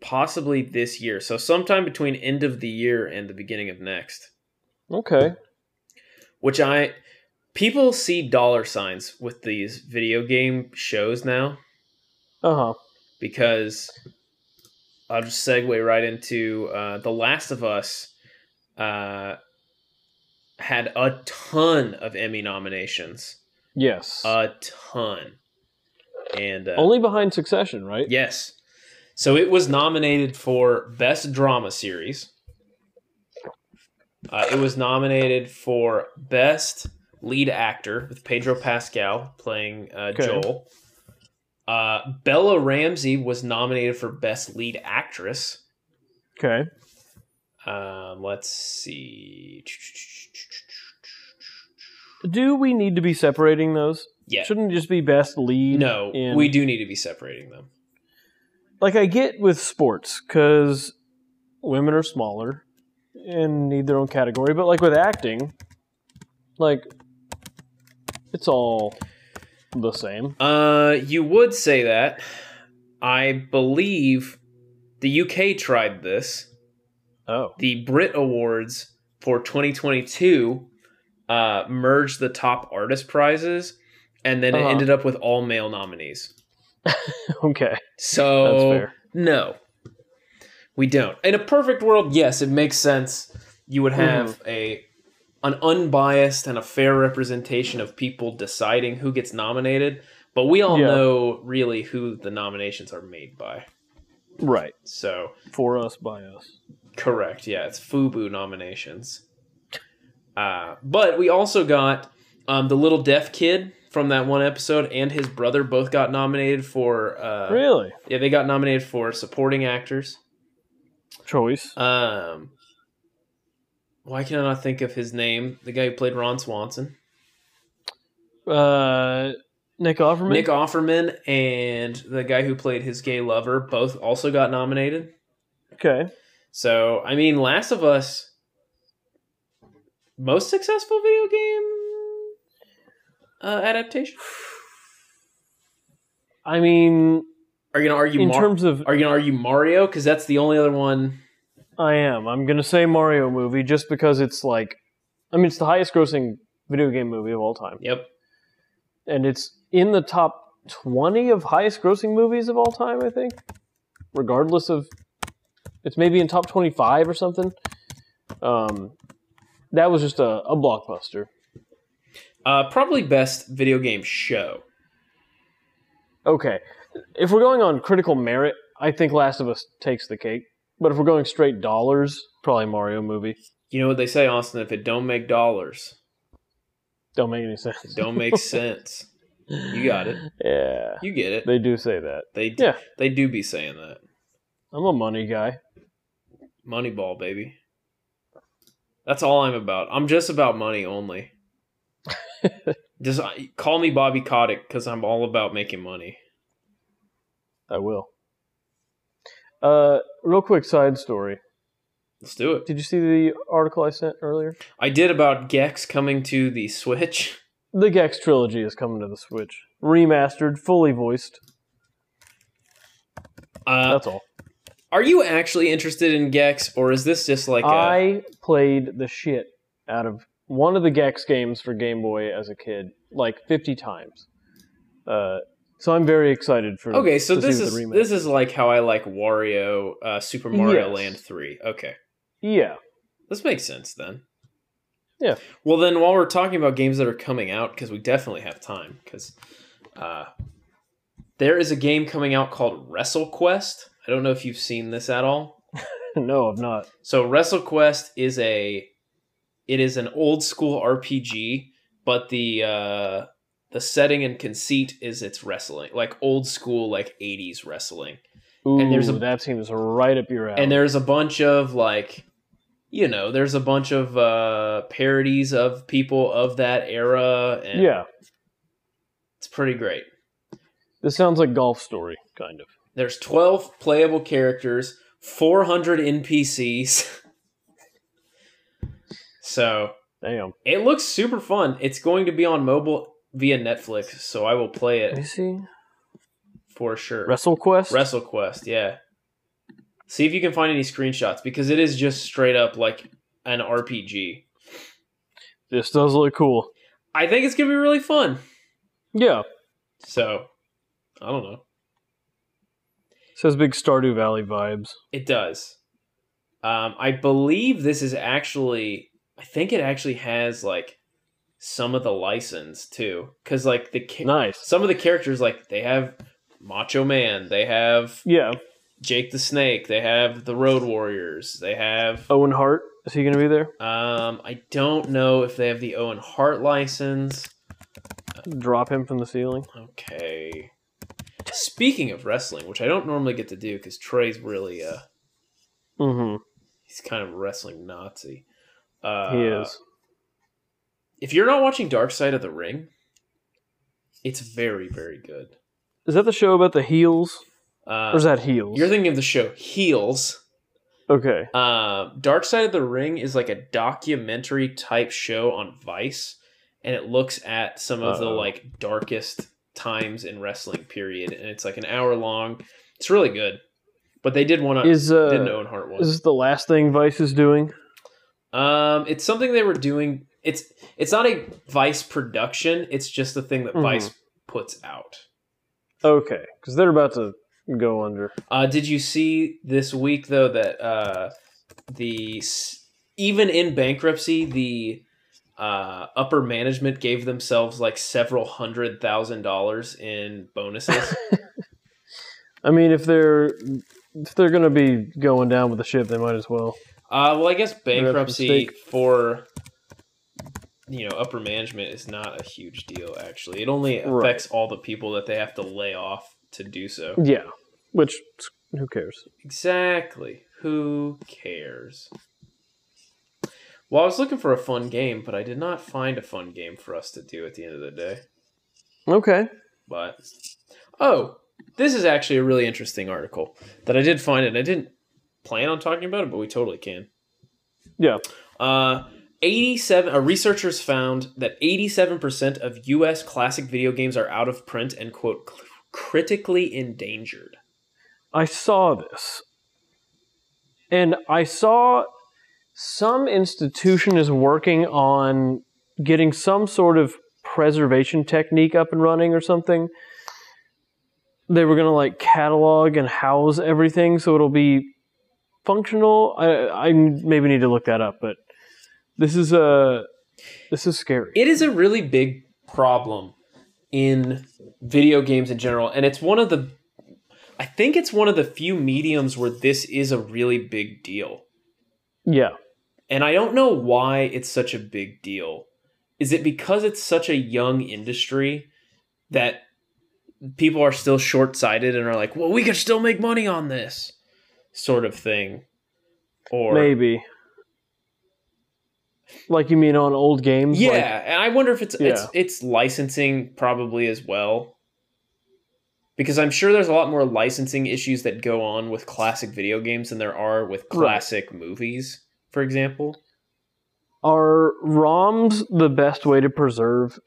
[SPEAKER 4] possibly this year, so sometime between end of the year and the beginning of next,
[SPEAKER 3] Okay.
[SPEAKER 4] which I people see dollar signs with these video game shows now
[SPEAKER 3] Uh huh.
[SPEAKER 4] because I'll just segue right into uh, The Last of Us. Uh, had a ton of Emmy nominations,
[SPEAKER 3] Yes.
[SPEAKER 4] a ton, and uh,
[SPEAKER 3] Only behind Succession, right?
[SPEAKER 4] Yes. So it was nominated for Best Drama Series. Uh, it was nominated for Best Lead Actor with Pedro Pascal playing uh,
[SPEAKER 3] Okay.
[SPEAKER 4] Joel. Uh, Bella Ramsey was nominated for Best Lead Actress.
[SPEAKER 3] Okay.
[SPEAKER 4] Um, let's see.
[SPEAKER 3] Do we need to be separating those?
[SPEAKER 4] Yeah.
[SPEAKER 3] Shouldn't it just be best lead?
[SPEAKER 4] No,
[SPEAKER 3] in-
[SPEAKER 4] we do need to be separating them.
[SPEAKER 3] like I get with sports because women are smaller and need their own category, but like with acting, like it's all the same.
[SPEAKER 4] Uh, you would say that. I believe the UK tried this.
[SPEAKER 3] Oh,
[SPEAKER 4] The Brit Awards for 2022 uh, merged the top artist prizes, and then
[SPEAKER 3] Uh-huh.
[SPEAKER 4] it ended up with all male nominees.
[SPEAKER 3] okay, that's
[SPEAKER 4] So
[SPEAKER 3] fair.
[SPEAKER 4] no, we don't. In a perfect world, yes, it makes sense. You
[SPEAKER 3] Hmm.
[SPEAKER 4] would have a an unbiased and a fair representation of people deciding who gets nominated. But we all
[SPEAKER 3] Yeah.
[SPEAKER 4] know really who the nominations are made by.
[SPEAKER 3] Right
[SPEAKER 4] So
[SPEAKER 3] for us by us.
[SPEAKER 4] Correct. Yeah, it's FUBU nominations. Uh, but we also got um, the little deaf kid from that one episode and his brother both got nominated for. Uh,
[SPEAKER 3] really
[SPEAKER 4] Yeah, they got nominated for supporting actors.
[SPEAKER 3] choice.
[SPEAKER 4] Um, why can I not think of his name? The guy who played Ron Swanson,
[SPEAKER 3] Uh, Nick Offerman.
[SPEAKER 4] Nick Offerman, and the guy who played his gay lover both also got nominated.
[SPEAKER 3] okay,
[SPEAKER 4] So, I mean, Last of Us, most successful video game uh, adaptation.
[SPEAKER 3] I mean,
[SPEAKER 4] Are you gonna argue?
[SPEAKER 3] in
[SPEAKER 4] Mar-
[SPEAKER 3] terms of
[SPEAKER 4] are you gonna argue Mario? Because that's the only other one.
[SPEAKER 3] I am. I'm gonna say Mario movie just because it's like, I mean, it's the highest grossing video game movie of all time.
[SPEAKER 4] Yep.
[SPEAKER 3] and it's in the top 20 of highest grossing movies of all time i think regardless of it's maybe in top 25 or something um, that was just a, a blockbuster
[SPEAKER 4] Uh, probably best video game show.
[SPEAKER 3] okay if we're going on critical merit i think last of us takes the cake but if we're going straight dollars probably mario movie
[SPEAKER 4] You know what they say, Austin? If it don't make dollars,
[SPEAKER 3] don't make any sense
[SPEAKER 4] it don't make sense. You got it.
[SPEAKER 3] yeah
[SPEAKER 4] You get it.
[SPEAKER 3] they do say that
[SPEAKER 4] They d-
[SPEAKER 3] Yeah.
[SPEAKER 4] they do be saying that.
[SPEAKER 3] i'm a money guy
[SPEAKER 4] Moneyball, baby. That's all I'm about. I'm just about money only. just uh, call me Bobby Kotick because I'm all about making money.
[SPEAKER 3] i will uh, real quick side story
[SPEAKER 4] Let's do it.
[SPEAKER 3] did you see the article i sent earlier
[SPEAKER 4] I did about Gex coming to the Switch.
[SPEAKER 3] The Gex trilogy is coming to the Switch, remastered, fully voiced.
[SPEAKER 4] Uh,
[SPEAKER 3] That's all.
[SPEAKER 4] are you actually interested in Gex, or is this just like a
[SPEAKER 3] I played the shit out of one of the Gex games for Game Boy as a kid, like fifty times. Uh, So I'm very excited for.
[SPEAKER 4] Okay, so
[SPEAKER 3] to see
[SPEAKER 4] this
[SPEAKER 3] what
[SPEAKER 4] is
[SPEAKER 3] the remake-
[SPEAKER 4] this is like how I like Wario uh, Super Mario
[SPEAKER 3] Yes.
[SPEAKER 4] Land 3. Okay.
[SPEAKER 3] yeah.
[SPEAKER 4] This makes sense then.
[SPEAKER 3] Yeah.
[SPEAKER 4] Well, then while we're talking about games that are coming out cuz we definitely have time cuz uh there is a game coming out called WrestleQuest. I don't know if you've seen this at all.
[SPEAKER 3] no, I'm not.
[SPEAKER 4] So WrestleQuest is a it is an old school RPG, but the uh the setting and conceit is it's wrestling, like old school like 80s wrestling.
[SPEAKER 3] Ooh,
[SPEAKER 4] And there's a-
[SPEAKER 3] that seems right up your alley.
[SPEAKER 4] And there's a bunch of like you know, there's a bunch of uh parodies of people of that era and
[SPEAKER 3] yeah,
[SPEAKER 4] it's pretty great.
[SPEAKER 3] this sounds like Golf Story, kind of.
[SPEAKER 4] There's 12 playable characters, 400 NPCs. so,
[SPEAKER 3] Damn.
[SPEAKER 4] It looks super fun. It's going to be on mobile via Netflix, so I will play
[SPEAKER 3] Let me
[SPEAKER 4] it
[SPEAKER 3] see.
[SPEAKER 4] for sure.
[SPEAKER 3] WrestleQuest.
[SPEAKER 4] WrestleQuest, yeah. See if you can find any screenshots because it is just straight up like an RPG.
[SPEAKER 3] this does look cool.
[SPEAKER 4] I think it's gonna be really fun.
[SPEAKER 3] Yeah.
[SPEAKER 4] So, I don't know.
[SPEAKER 3] Says big Stardew Valley vibes.
[SPEAKER 4] It does. Um, I believe this is actually. I think it actually has like some of the license too, because like the ca-
[SPEAKER 3] Nice.
[SPEAKER 4] some of the characters like they have Macho Man, they have
[SPEAKER 3] Yeah.
[SPEAKER 4] Jake the Snake. They have the Road Warriors. They have.
[SPEAKER 3] Owen Hart. Is he going to be there?
[SPEAKER 4] Um, I don't know if they have the Owen Hart license.
[SPEAKER 3] Drop him from the ceiling.
[SPEAKER 4] Okay. Speaking of wrestling, which I don't normally get to do because Trey's really uh,
[SPEAKER 3] Mm-hmm.
[SPEAKER 4] he's kind of a wrestling Nazi. Uh,
[SPEAKER 3] he is.
[SPEAKER 4] If you're not watching Dark Side of the Ring, it's very very good.
[SPEAKER 3] Is that the show about the heels?
[SPEAKER 4] Uh,
[SPEAKER 3] Or is that heels?
[SPEAKER 4] you're thinking of the show Heels.
[SPEAKER 3] okay.
[SPEAKER 4] Um, Dark Side of the Ring is like a documentary type show on Vice, and it looks at some of the
[SPEAKER 3] Uh-oh.
[SPEAKER 4] like darkest times in wrestling period, and it's like an hour long. It's really good, but they did one on
[SPEAKER 3] Is
[SPEAKER 4] didn't
[SPEAKER 3] uh
[SPEAKER 4] Owen Hart one.
[SPEAKER 3] is this the last thing Vice is doing?
[SPEAKER 4] Um, it's something they were doing. It's it's not a Vice production. It's just the thing that
[SPEAKER 3] Mhm.
[SPEAKER 4] Vice puts out.
[SPEAKER 3] Okay, because they're about to go under.
[SPEAKER 4] Uh, did you see this week though that uh, the s- even in bankruptcy the uh, upper management gave themselves like several hundred thousand dollars in bonuses.
[SPEAKER 3] I mean, if they're if they're going to be going down with the ship, they might as well.
[SPEAKER 4] uh, well, I guess
[SPEAKER 3] a
[SPEAKER 4] bankruptcy
[SPEAKER 3] mistake.
[SPEAKER 4] for you know upper management is not a huge deal actually. It only
[SPEAKER 3] Right.
[SPEAKER 4] affects all the people that they have to lay off to do so.
[SPEAKER 3] Yeah. Which who cares?
[SPEAKER 4] Exactly. Who cares? Well, I was looking for a fun game, but I did not find a fun game for us to do at the end of the day.
[SPEAKER 3] Okay.
[SPEAKER 4] But oh, this is actually a really interesting article that I did find, and I didn't plan on talking about it, but we totally can.
[SPEAKER 3] Yeah.
[SPEAKER 4] Uh, 87 uh, researchers found that 87% of US classic video games are out of print and quote "cl- critically endangered.
[SPEAKER 3] I saw this. And I saw some institution is working on getting some sort of preservation technique up and running or something. They were going to like catalog and house everything so it'll be functional. I, I maybe need to look that up, but this is uh, this is scary.
[SPEAKER 4] it is a really big problem in video games in general and it's one of the i think it's one of the few mediums where this is a really big deal
[SPEAKER 3] Yeah.
[SPEAKER 4] and i don't know why it's such a big deal is it because it's such a young industry that people are still short-sighted and are like well we could still make money on this sort of thing or
[SPEAKER 3] Maybe. Like you mean on old games?
[SPEAKER 4] yeah
[SPEAKER 3] Like,
[SPEAKER 4] and i wonder if it's it's
[SPEAKER 3] Yeah.
[SPEAKER 4] it's licensing probably as well because i'm sure there's a lot more licensing issues that go on with classic video games than there are with classic movies for example
[SPEAKER 3] Are ROMs the best way to preserve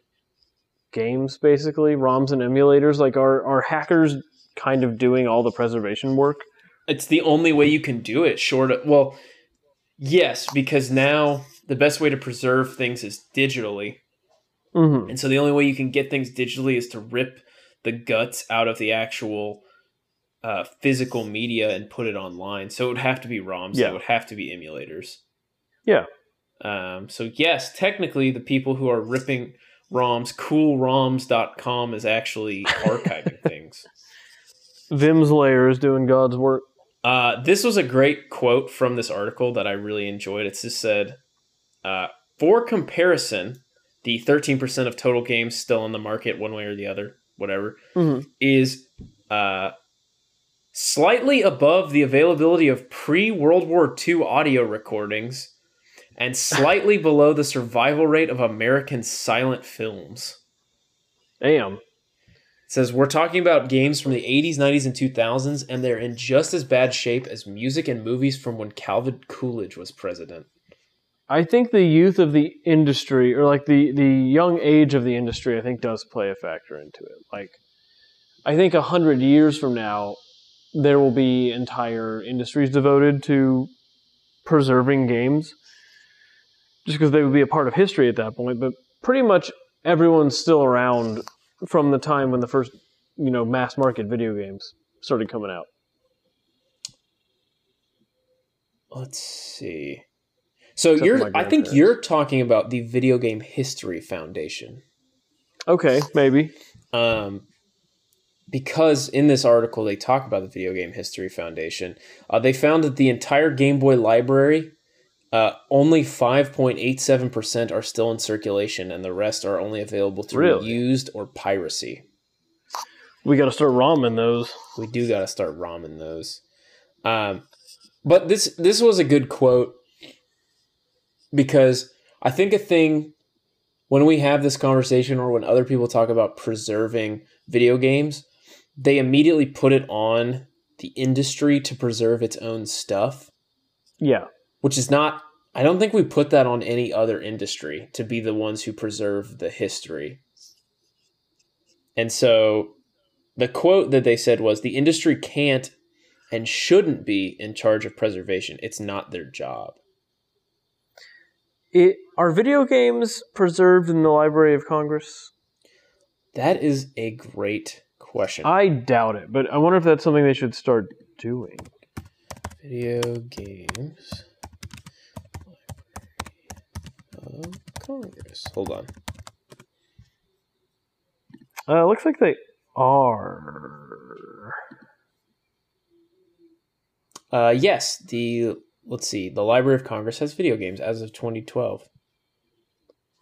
[SPEAKER 3] games basically? ROMs and emulators? Like are are hackers kind of doing all the preservation work?
[SPEAKER 4] it's the only way you can do it short of well yes because now the best way to preserve things is digitally
[SPEAKER 3] Mm-hmm.
[SPEAKER 4] and so the only way you can get things digitally is to rip the guts out of the actual uh, physical media and put it online. So it would have to be ROMs.
[SPEAKER 3] Yeah.
[SPEAKER 4] It would have to be emulators.
[SPEAKER 3] Yeah.
[SPEAKER 4] Um, so yes, technically the people who are ripping ROMs, coolroms.com is actually archiving things.
[SPEAKER 3] Vimslayer is doing God's work.
[SPEAKER 4] Uh, this was a great quote from this article that I really enjoyed. It just said, uh, for comparison, the 13% of total games still on the market, one way or the other, whatever,
[SPEAKER 3] Mhm.
[SPEAKER 4] is uh, slightly above the availability of pre World War II audio recordings and slightly below the survival rate of American silent films.
[SPEAKER 3] Damn.
[SPEAKER 4] It says we're talking about games from the 80s, 90s, and 2000s, and they're in just as bad shape as music and movies from when Calvin Coolidge was president.
[SPEAKER 3] I think the youth of the industry, or like the the young age of the industry, I think does play a factor into it. Like, I think a hundred years from now, there will be entire industries devoted to preserving games, just because they would be a part of history at that point. But pretty much everyone's still around from the time when the first, you know, mass market video games started coming out.
[SPEAKER 4] Let's see. So
[SPEAKER 3] Except for
[SPEAKER 4] you're,
[SPEAKER 3] my
[SPEAKER 4] I think
[SPEAKER 3] grandparents.
[SPEAKER 4] you're talking about the Video Game History Foundation,
[SPEAKER 3] Okay, maybe.
[SPEAKER 4] um, because in this article they talk about the Video Game History Foundation. Uh, they found that the entire Game Boy library, uh, only five point eight seven percent are still in circulation, and the rest are only available through
[SPEAKER 3] Really?
[SPEAKER 4] used or piracy.
[SPEAKER 3] We got to start ramming those.
[SPEAKER 4] we do got to start ramming those. Um, but this this was a good quote because I think a thing when we have this conversation or when other people talk about preserving video games, they immediately put it on the industry to preserve its own stuff,
[SPEAKER 3] Yeah.
[SPEAKER 4] which is not. I don't think we put that on any other industry to be the ones who preserve the history. And so the quote that they said was the industry can't and shouldn't be in charge of preservation. It's not their job.
[SPEAKER 3] It, are video games preserved in the Library of Congress?
[SPEAKER 4] That is a great question.
[SPEAKER 3] I doubt it, but I wonder if that's something they should start doing.
[SPEAKER 4] Video games. Library of Congress. Hold on.
[SPEAKER 3] Uh, looks like they are.
[SPEAKER 4] Uh, yes, the let's see. The Library of Congress has video games as of 2012.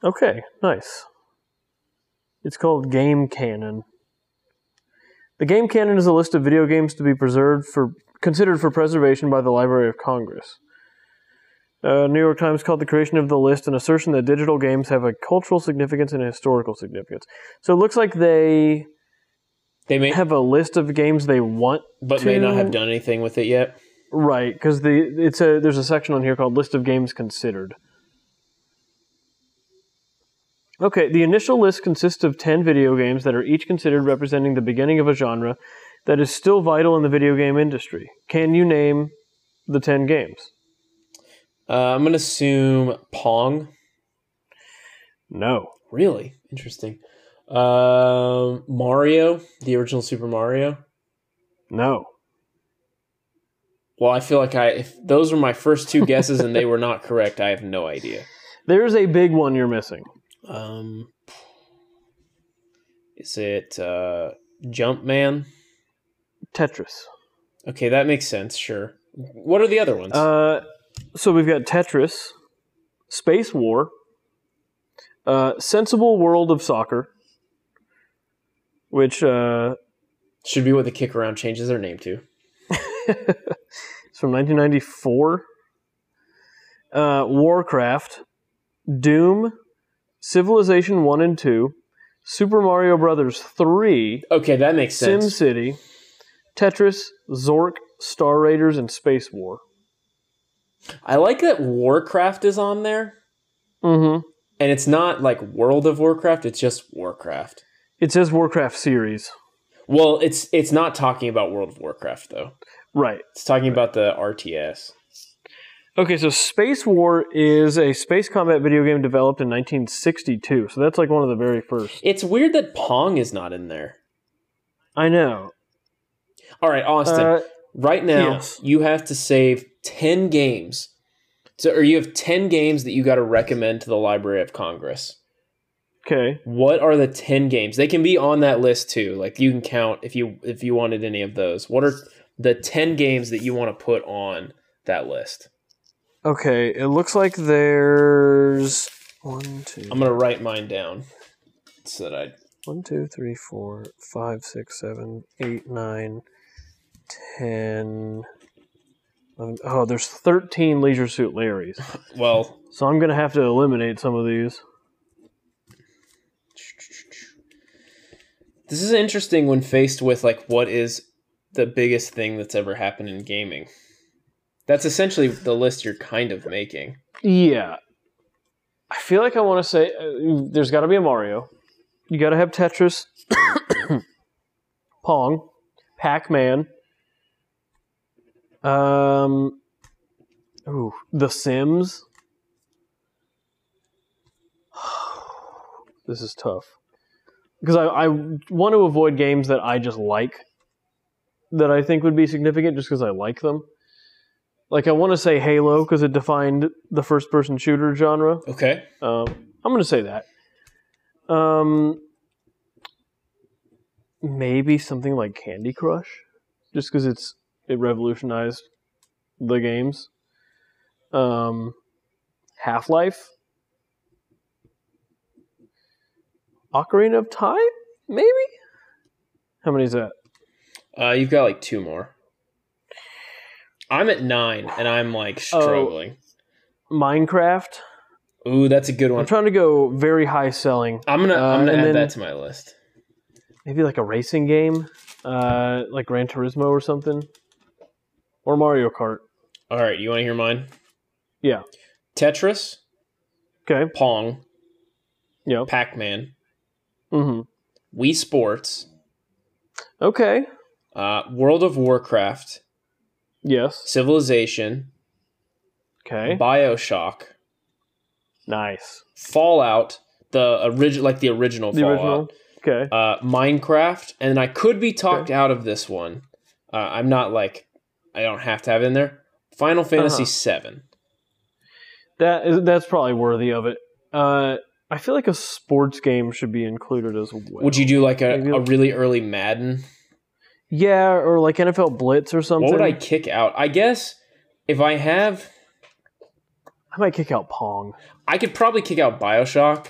[SPEAKER 3] Okay, nice. It's called Game Canon. The Game Canon is a list of video games to be preserved for considered for preservation by the Library of Congress. Uh, New York Times called the creation of the list an assertion that digital games have a cultural significance and a historical significance. So it looks like they
[SPEAKER 4] They may,
[SPEAKER 3] have a list of games they want
[SPEAKER 4] but may not have
[SPEAKER 3] to-
[SPEAKER 4] done anything with it yet.
[SPEAKER 3] Right, because the it's a there's a section on here called list of games considered. Okay, the initial list consists of ten video games that are each considered representing the beginning of a genre that is still vital in the video game industry. Can you name the ten games?
[SPEAKER 4] Uh, I'm gonna assume Pong.
[SPEAKER 3] No.
[SPEAKER 4] Really interesting. Um, Mario, the original Super Mario.
[SPEAKER 3] No.
[SPEAKER 4] Well, I feel like I if those were my first two guesses and they were not correct, I have no idea.
[SPEAKER 3] There's a big one you're missing.
[SPEAKER 4] Um, is it uh, Jumpman?
[SPEAKER 3] Tetris.
[SPEAKER 4] Okay, that makes sense. Sure. What are the other ones?
[SPEAKER 3] Uh, so we've got Tetris, Space War, uh, Sensible World of Soccer, which uh,
[SPEAKER 4] Should be what the kick around changes their name to.
[SPEAKER 3] is from 1994, uh, Warcraft, Doom, Civilization 1 and 2, Super Mario Brothers 3,
[SPEAKER 4] Okay, that makes sense.
[SPEAKER 3] SimCity, Tetris, Zork, Star Raiders, and Space War.
[SPEAKER 4] I like that Warcraft is on there,
[SPEAKER 3] Mm-hmm.
[SPEAKER 4] and it's not like World of Warcraft. It's just Warcraft.
[SPEAKER 3] It says Warcraft series.
[SPEAKER 4] Well, it's it's not talking about World of Warcraft though.
[SPEAKER 3] Right.
[SPEAKER 4] It's talking about the RTS.
[SPEAKER 3] Okay, so Space War is a space combat video game developed in 1962. So that's like one of the very first.
[SPEAKER 4] It's weird that Pong is not in there.
[SPEAKER 3] I know.
[SPEAKER 4] All right, Austin.
[SPEAKER 3] Uh,
[SPEAKER 4] right now,
[SPEAKER 3] yes.
[SPEAKER 4] you have to save ten games, so, or you have ten games that you got to recommend to the Library of Congress.
[SPEAKER 3] okay.
[SPEAKER 4] What are the ten games? They can be on that list too. Like you can count if you if you wanted any of those. What are the ten games that you want to put on that list?
[SPEAKER 3] Okay. It looks like there's one, two,
[SPEAKER 4] I'm gonna write mine down so that I
[SPEAKER 3] one, two, three, four, five, six, seven, eight, nine, ten, eleven- Oh, there's 13 Leisure Suit Larrys.
[SPEAKER 4] well
[SPEAKER 3] So I'm going to have to eliminate some of these.
[SPEAKER 4] This is interesting when faced with like what is the biggest thing that's ever happened in gaming. That's essentially the list you're kind of making.
[SPEAKER 3] Yeah. I feel like I want to say uh, there's got to be a Mario. You got to have Tetris, Pong, Pac Man, um, ooh, The Sims. this is tough. Because I, I want to avoid games that I just like, that I think would be significant just because I like them. Like, I want to say Halo because it defined the first person shooter genre.
[SPEAKER 4] Okay.
[SPEAKER 3] Um, I'm going to say that. Um, maybe something like Candy Crush, just because it's it revolutionized the games. Um, Half Life, Ocarina of Time, maybe. How many is that?
[SPEAKER 4] Uh, you've got like two more. I'm at nine and I'm like
[SPEAKER 3] Oh.
[SPEAKER 4] struggling.
[SPEAKER 3] Minecraft.
[SPEAKER 4] Ooh, that's a good
[SPEAKER 3] I'm
[SPEAKER 4] one.
[SPEAKER 3] trying to go very high selling.
[SPEAKER 4] I'm gonna
[SPEAKER 3] uh,
[SPEAKER 4] I'm gonna
[SPEAKER 3] and
[SPEAKER 4] add
[SPEAKER 3] then-
[SPEAKER 4] that to my list.
[SPEAKER 3] maybe like a racing game, uh, like Gran Turismo or something, or Mario Kart.
[SPEAKER 4] All right, you want to hear mine?
[SPEAKER 3] Yeah.
[SPEAKER 4] Tetris,
[SPEAKER 3] Okay.
[SPEAKER 4] Pong,
[SPEAKER 3] Yep.
[SPEAKER 4] Pac-Man,
[SPEAKER 3] hmm
[SPEAKER 4] Wii Sports,
[SPEAKER 3] Okay.
[SPEAKER 4] uh, World of Warcraft,
[SPEAKER 3] Yes.
[SPEAKER 4] Civilization,
[SPEAKER 3] Okay.
[SPEAKER 4] Bioshock,
[SPEAKER 3] Nice.
[SPEAKER 4] Fallout, the original, like the original
[SPEAKER 3] The
[SPEAKER 4] Fallout,
[SPEAKER 3] original. Okay.
[SPEAKER 4] Uh, Minecraft, and I could be talked out of this one. Uh, I'm not like I don't have to have it in there.
[SPEAKER 3] Uh-huh.
[SPEAKER 4] Final Fantasy VII.
[SPEAKER 3] That is that's probably worthy of it. Uh, I feel like a sports game should be included as well.
[SPEAKER 4] Would you do like a,
[SPEAKER 3] maybe-
[SPEAKER 4] a really early Madden?
[SPEAKER 3] Yeah, or like NFL Blitz or something.
[SPEAKER 4] What would I kick out? I guess if I have,
[SPEAKER 3] I might kick out Pong.
[SPEAKER 4] I could probably kick out Bioshock.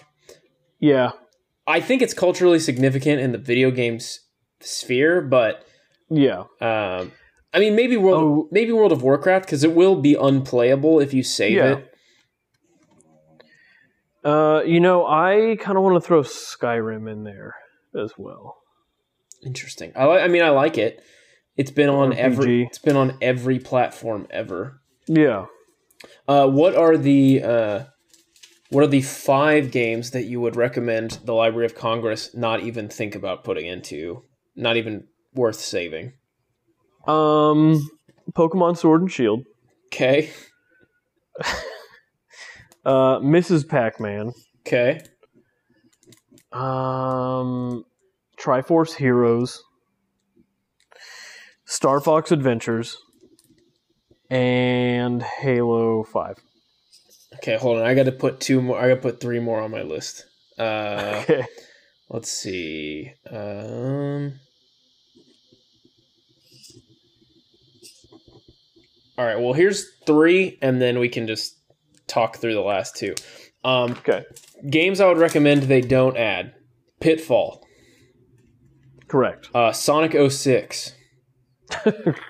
[SPEAKER 3] Yeah.
[SPEAKER 4] I think it's culturally significant in the video games sphere, but
[SPEAKER 3] Yeah.
[SPEAKER 4] Um, I mean, maybe World,
[SPEAKER 3] Oh.
[SPEAKER 4] maybe World of Warcraft, because it will be unplayable if you save
[SPEAKER 3] Yeah.
[SPEAKER 4] it.
[SPEAKER 3] Uh, you know, I kind of want to throw Skyrim in there as well.
[SPEAKER 4] Interesting. I, li- I mean, I like it. It's been on every.
[SPEAKER 3] RPG.
[SPEAKER 4] It's been on every platform ever.
[SPEAKER 3] Yeah.
[SPEAKER 4] Uh, what are the uh, What are the five games that you would recommend the Library of Congress not even think about putting into? Not even worth saving.
[SPEAKER 3] Um, Pokemon Sword and Shield.
[SPEAKER 4] Okay.
[SPEAKER 3] Uh, Mrs. Pac-Man.
[SPEAKER 4] Okay.
[SPEAKER 3] Um, Triforce Heroes. Star Fox Adventures. And Halo Five.
[SPEAKER 4] Okay. Hold on. I got to put two more. I got to put three more on my list. Uh,
[SPEAKER 3] Okay.
[SPEAKER 4] Let's see. Um, all right. Well, here's three, and then we can just talk through the last two. Um,
[SPEAKER 3] Okay.
[SPEAKER 4] games I would recommend they don't add: Pitfall,
[SPEAKER 3] Correct.
[SPEAKER 4] uh, Sonic 06,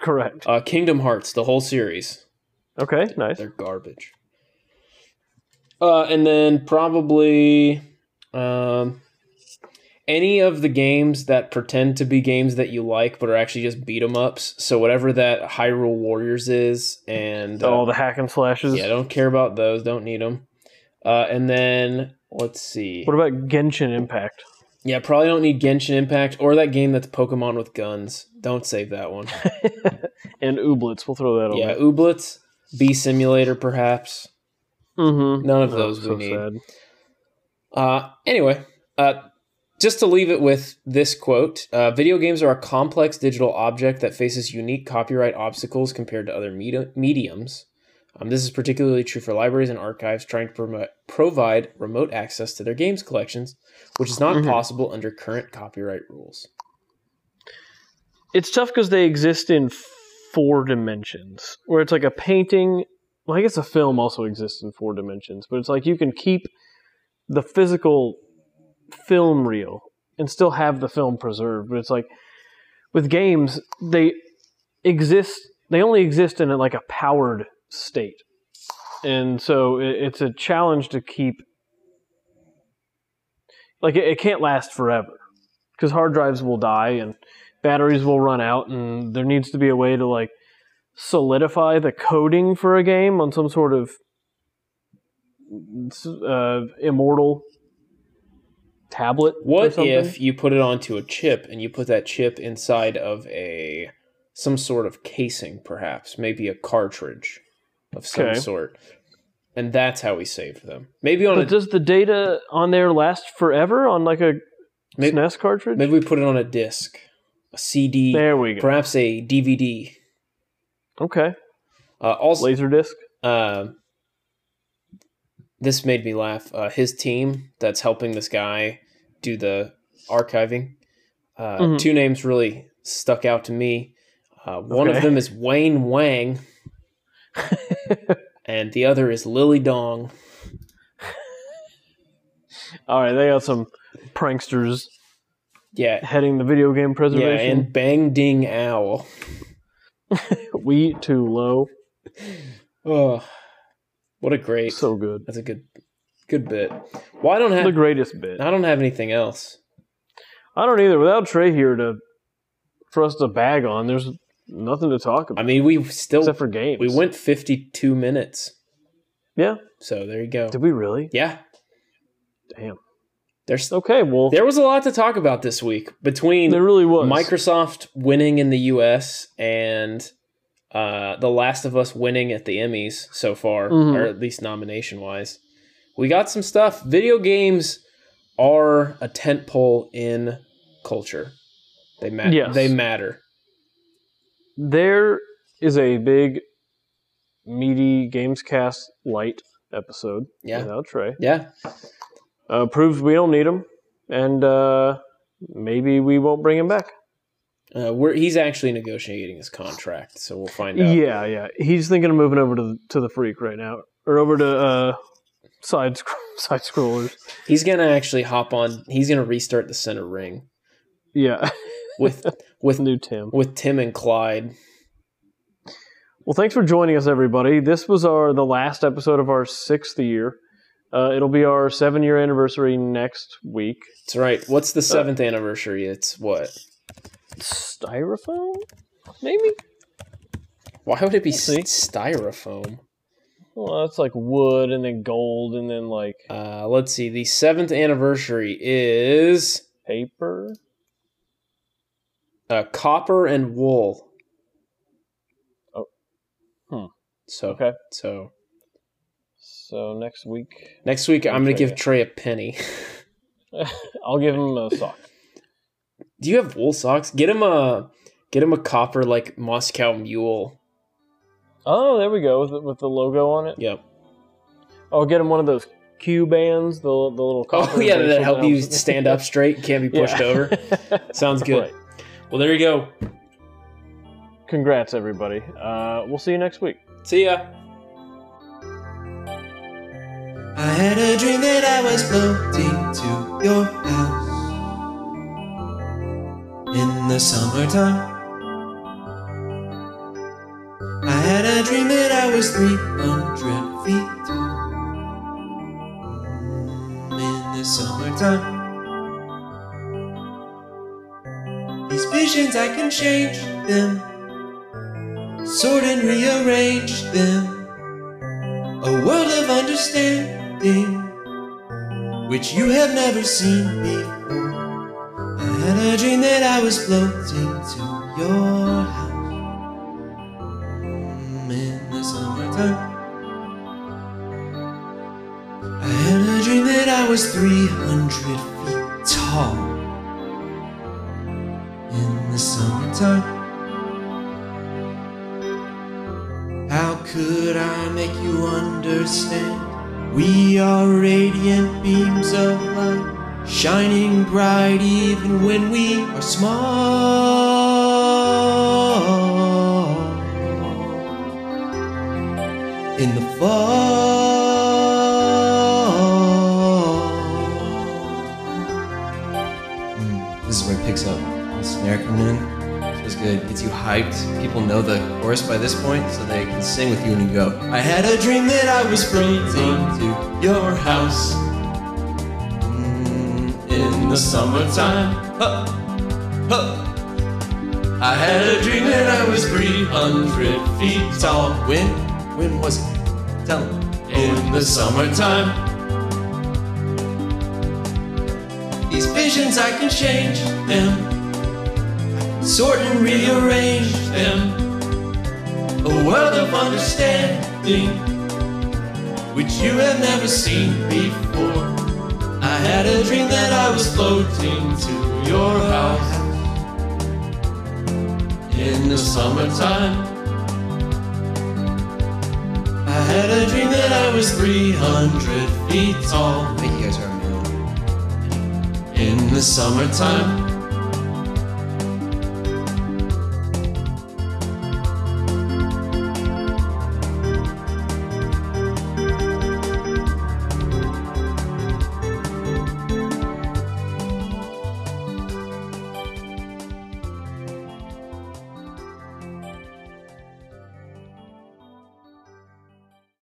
[SPEAKER 3] Correct.
[SPEAKER 4] uh, Kingdom Hearts, the whole series.
[SPEAKER 3] Okay. Nice.
[SPEAKER 4] They're garbage. Uh, and then probably um, any of the games that pretend to be games that you like, but are actually just beat 'em ups. So whatever that Hyrule Warriors is, and
[SPEAKER 3] All
[SPEAKER 4] uh,
[SPEAKER 3] the hack and slashes.
[SPEAKER 4] yeah, I don't care about those. Don't need them. Uh, and then let's see.
[SPEAKER 3] What about Genshin Impact?
[SPEAKER 4] Yeah, probably don't need Genshin Impact or that game that's Pokemon with guns. Don't save that one.
[SPEAKER 3] And Ooblets. We'll throw that on.
[SPEAKER 4] yeah, Ooblets, B Simulator, perhaps.
[SPEAKER 3] Mm-hmm.
[SPEAKER 4] None of those we need. Uh, anyway, uh, just to leave it with this quote uh, video games are a complex digital object that faces unique copyright obstacles compared to other medi- mediums. Um, this is particularly true for libraries and archives trying to promo- provide remote access to their games collections, which is not
[SPEAKER 3] Mhm.
[SPEAKER 4] possible under current copyright rules.
[SPEAKER 3] it's tough because they exist in four dimensions where it's like a painting well i guess a film also exists in four dimensions but it's like you can keep the physical film reel and still have the film preserved but it's like with games they exist they only exist in like a powered state and so i- it's a challenge to keep like it, it can't last forever because hard drives will die and batteries will run out and there needs to be a way to like solidify the coding for a game on some sort of uh, immortal tablet or
[SPEAKER 4] What
[SPEAKER 3] something.
[SPEAKER 4] if you put it onto a chip and you put that chip inside of a some sort of casing, perhaps maybe a cartridge of some
[SPEAKER 3] Okay.
[SPEAKER 4] sort, and that's how we saved them. Maybe on
[SPEAKER 3] But
[SPEAKER 4] a,
[SPEAKER 3] does the data on there last forever on like a
[SPEAKER 4] May-
[SPEAKER 3] SNES cartridge?
[SPEAKER 4] maybe we put it on a disc, a CD,
[SPEAKER 3] there we go.
[SPEAKER 4] perhaps a DVD.
[SPEAKER 3] okay,
[SPEAKER 4] Uh, also,
[SPEAKER 3] Laserdisc.
[SPEAKER 4] um, this made me laugh. Uh, his team that's helping this guy do the archiving. Uh,
[SPEAKER 3] Mhm.
[SPEAKER 4] Two names really stuck out to me. Uh, one of
[SPEAKER 3] Okay.
[SPEAKER 4] them is Wayne Wang, and the other is Lily Dong.
[SPEAKER 3] All right, they got some pranksters
[SPEAKER 4] Yeah,
[SPEAKER 3] heading the video game
[SPEAKER 4] yeah,
[SPEAKER 3] preservation.
[SPEAKER 4] and Bang Ding Owl.
[SPEAKER 3] we too low.
[SPEAKER 4] Oh, what a great!
[SPEAKER 3] So good.
[SPEAKER 4] that's a good, good bit. Well, I don't have
[SPEAKER 3] The greatest bit.
[SPEAKER 4] I don't have anything else.
[SPEAKER 3] I don't either. Without Trey here to for us to bag on, there's nothing to talk
[SPEAKER 4] I
[SPEAKER 3] about
[SPEAKER 4] mean, we still
[SPEAKER 3] except for games.
[SPEAKER 4] we went fifty two minutes.
[SPEAKER 3] Yeah.
[SPEAKER 4] So there you go.
[SPEAKER 3] Did we really?
[SPEAKER 4] Yeah,
[SPEAKER 3] Damn.
[SPEAKER 4] there's
[SPEAKER 3] Okay. Well,
[SPEAKER 4] there was a lot to talk about this week between
[SPEAKER 3] there really was.
[SPEAKER 4] Microsoft winning in the U.S. and uh, The Last of Us winning at the Emmys so far,
[SPEAKER 3] Mhm.
[SPEAKER 4] or at least nomination wise. We got some stuff. Video games are a tentpole in culture. They matter.
[SPEAKER 3] Yes.
[SPEAKER 4] They matter.
[SPEAKER 3] there is a big, meaty Gamescast light episode
[SPEAKER 4] Yeah.
[SPEAKER 3] without Trey.
[SPEAKER 4] Yeah.
[SPEAKER 3] uh, proves we don't need him, and uh, maybe we won't bring him back.
[SPEAKER 4] Uh, we're, he's actually negotiating his contract, so we'll find out.
[SPEAKER 3] Yeah, yeah. He's thinking of moving over to the, to the freak right now, or over to uh, side sc- side scrollers.
[SPEAKER 4] He's gonna actually hop on. He's gonna restart the center ring
[SPEAKER 3] Yeah,
[SPEAKER 4] with with
[SPEAKER 3] new Tim.
[SPEAKER 4] with Tim and Clyde.
[SPEAKER 3] Well, thanks for joining us, everybody. This was our the last episode of our sixth year. Uh, it'll be our seven year anniversary next week.
[SPEAKER 4] That's right. What's the seventh anniversary? It's what?
[SPEAKER 3] Styrofoam, maybe.
[SPEAKER 4] Why would it be
[SPEAKER 3] see.
[SPEAKER 4] st- styrofoam?
[SPEAKER 3] Well, that's like wood, and then gold, and then like
[SPEAKER 4] Uh, let's see. The seventh anniversary is
[SPEAKER 3] paper.
[SPEAKER 4] uh, copper and wool.
[SPEAKER 3] Oh. Hmm.
[SPEAKER 4] So
[SPEAKER 3] Okay,
[SPEAKER 4] so
[SPEAKER 3] so next week
[SPEAKER 4] next week I'm gonna
[SPEAKER 3] Okay.
[SPEAKER 4] give Trey a penny.
[SPEAKER 3] I'll give him a sock.
[SPEAKER 4] Do you have wool socks? Get him a get him a copper like Moscow mule.
[SPEAKER 3] Oh, there we go with the, with the logo on it.
[SPEAKER 4] Yep.
[SPEAKER 3] I'll get him one of those Q bands, the the little.
[SPEAKER 4] Oh
[SPEAKER 3] copper
[SPEAKER 4] yeah, that
[SPEAKER 3] facial
[SPEAKER 4] help you
[SPEAKER 3] bands.
[SPEAKER 4] stand up straight. Can't be pushed
[SPEAKER 3] Yeah.
[SPEAKER 4] over. Sounds good.
[SPEAKER 3] Right.
[SPEAKER 4] Well, there you go.
[SPEAKER 3] Congrats, everybody. Uh, we'll see you next week.
[SPEAKER 4] See ya.
[SPEAKER 5] I had a dream that I was floating to your house in the summertime. I had a dream that I was 300 feet tall Mm, in the summertime. These visions, I can change them, sort and rearrange them a world of understanding which you have never seen before. I had a dream that I was floating to your house Mm, in the summertime. I had a dream that I was 300 feet tall in the summertime. How could I make you understand? We are radiant beams of light, shining bright even when we are small in the fall. Mm, this is where it picks up. The snare coming in feels good. Gets you hyped. People know the chorus by this point, so they can sing with you and you go. I had a dream that I was freezing to your house Mm, in the summertime. Huh, huh. I had a dream that I was 300 feet tall. When? When was it? Tell me. In the summertime. These visions, I can change them. I can Sort and rearrange them. A world of understanding, which you have never seen before. I had a dream that I was floating to your house in the summertime. I had a dream that I was 300 feet tall. I think you guys are in the summertime.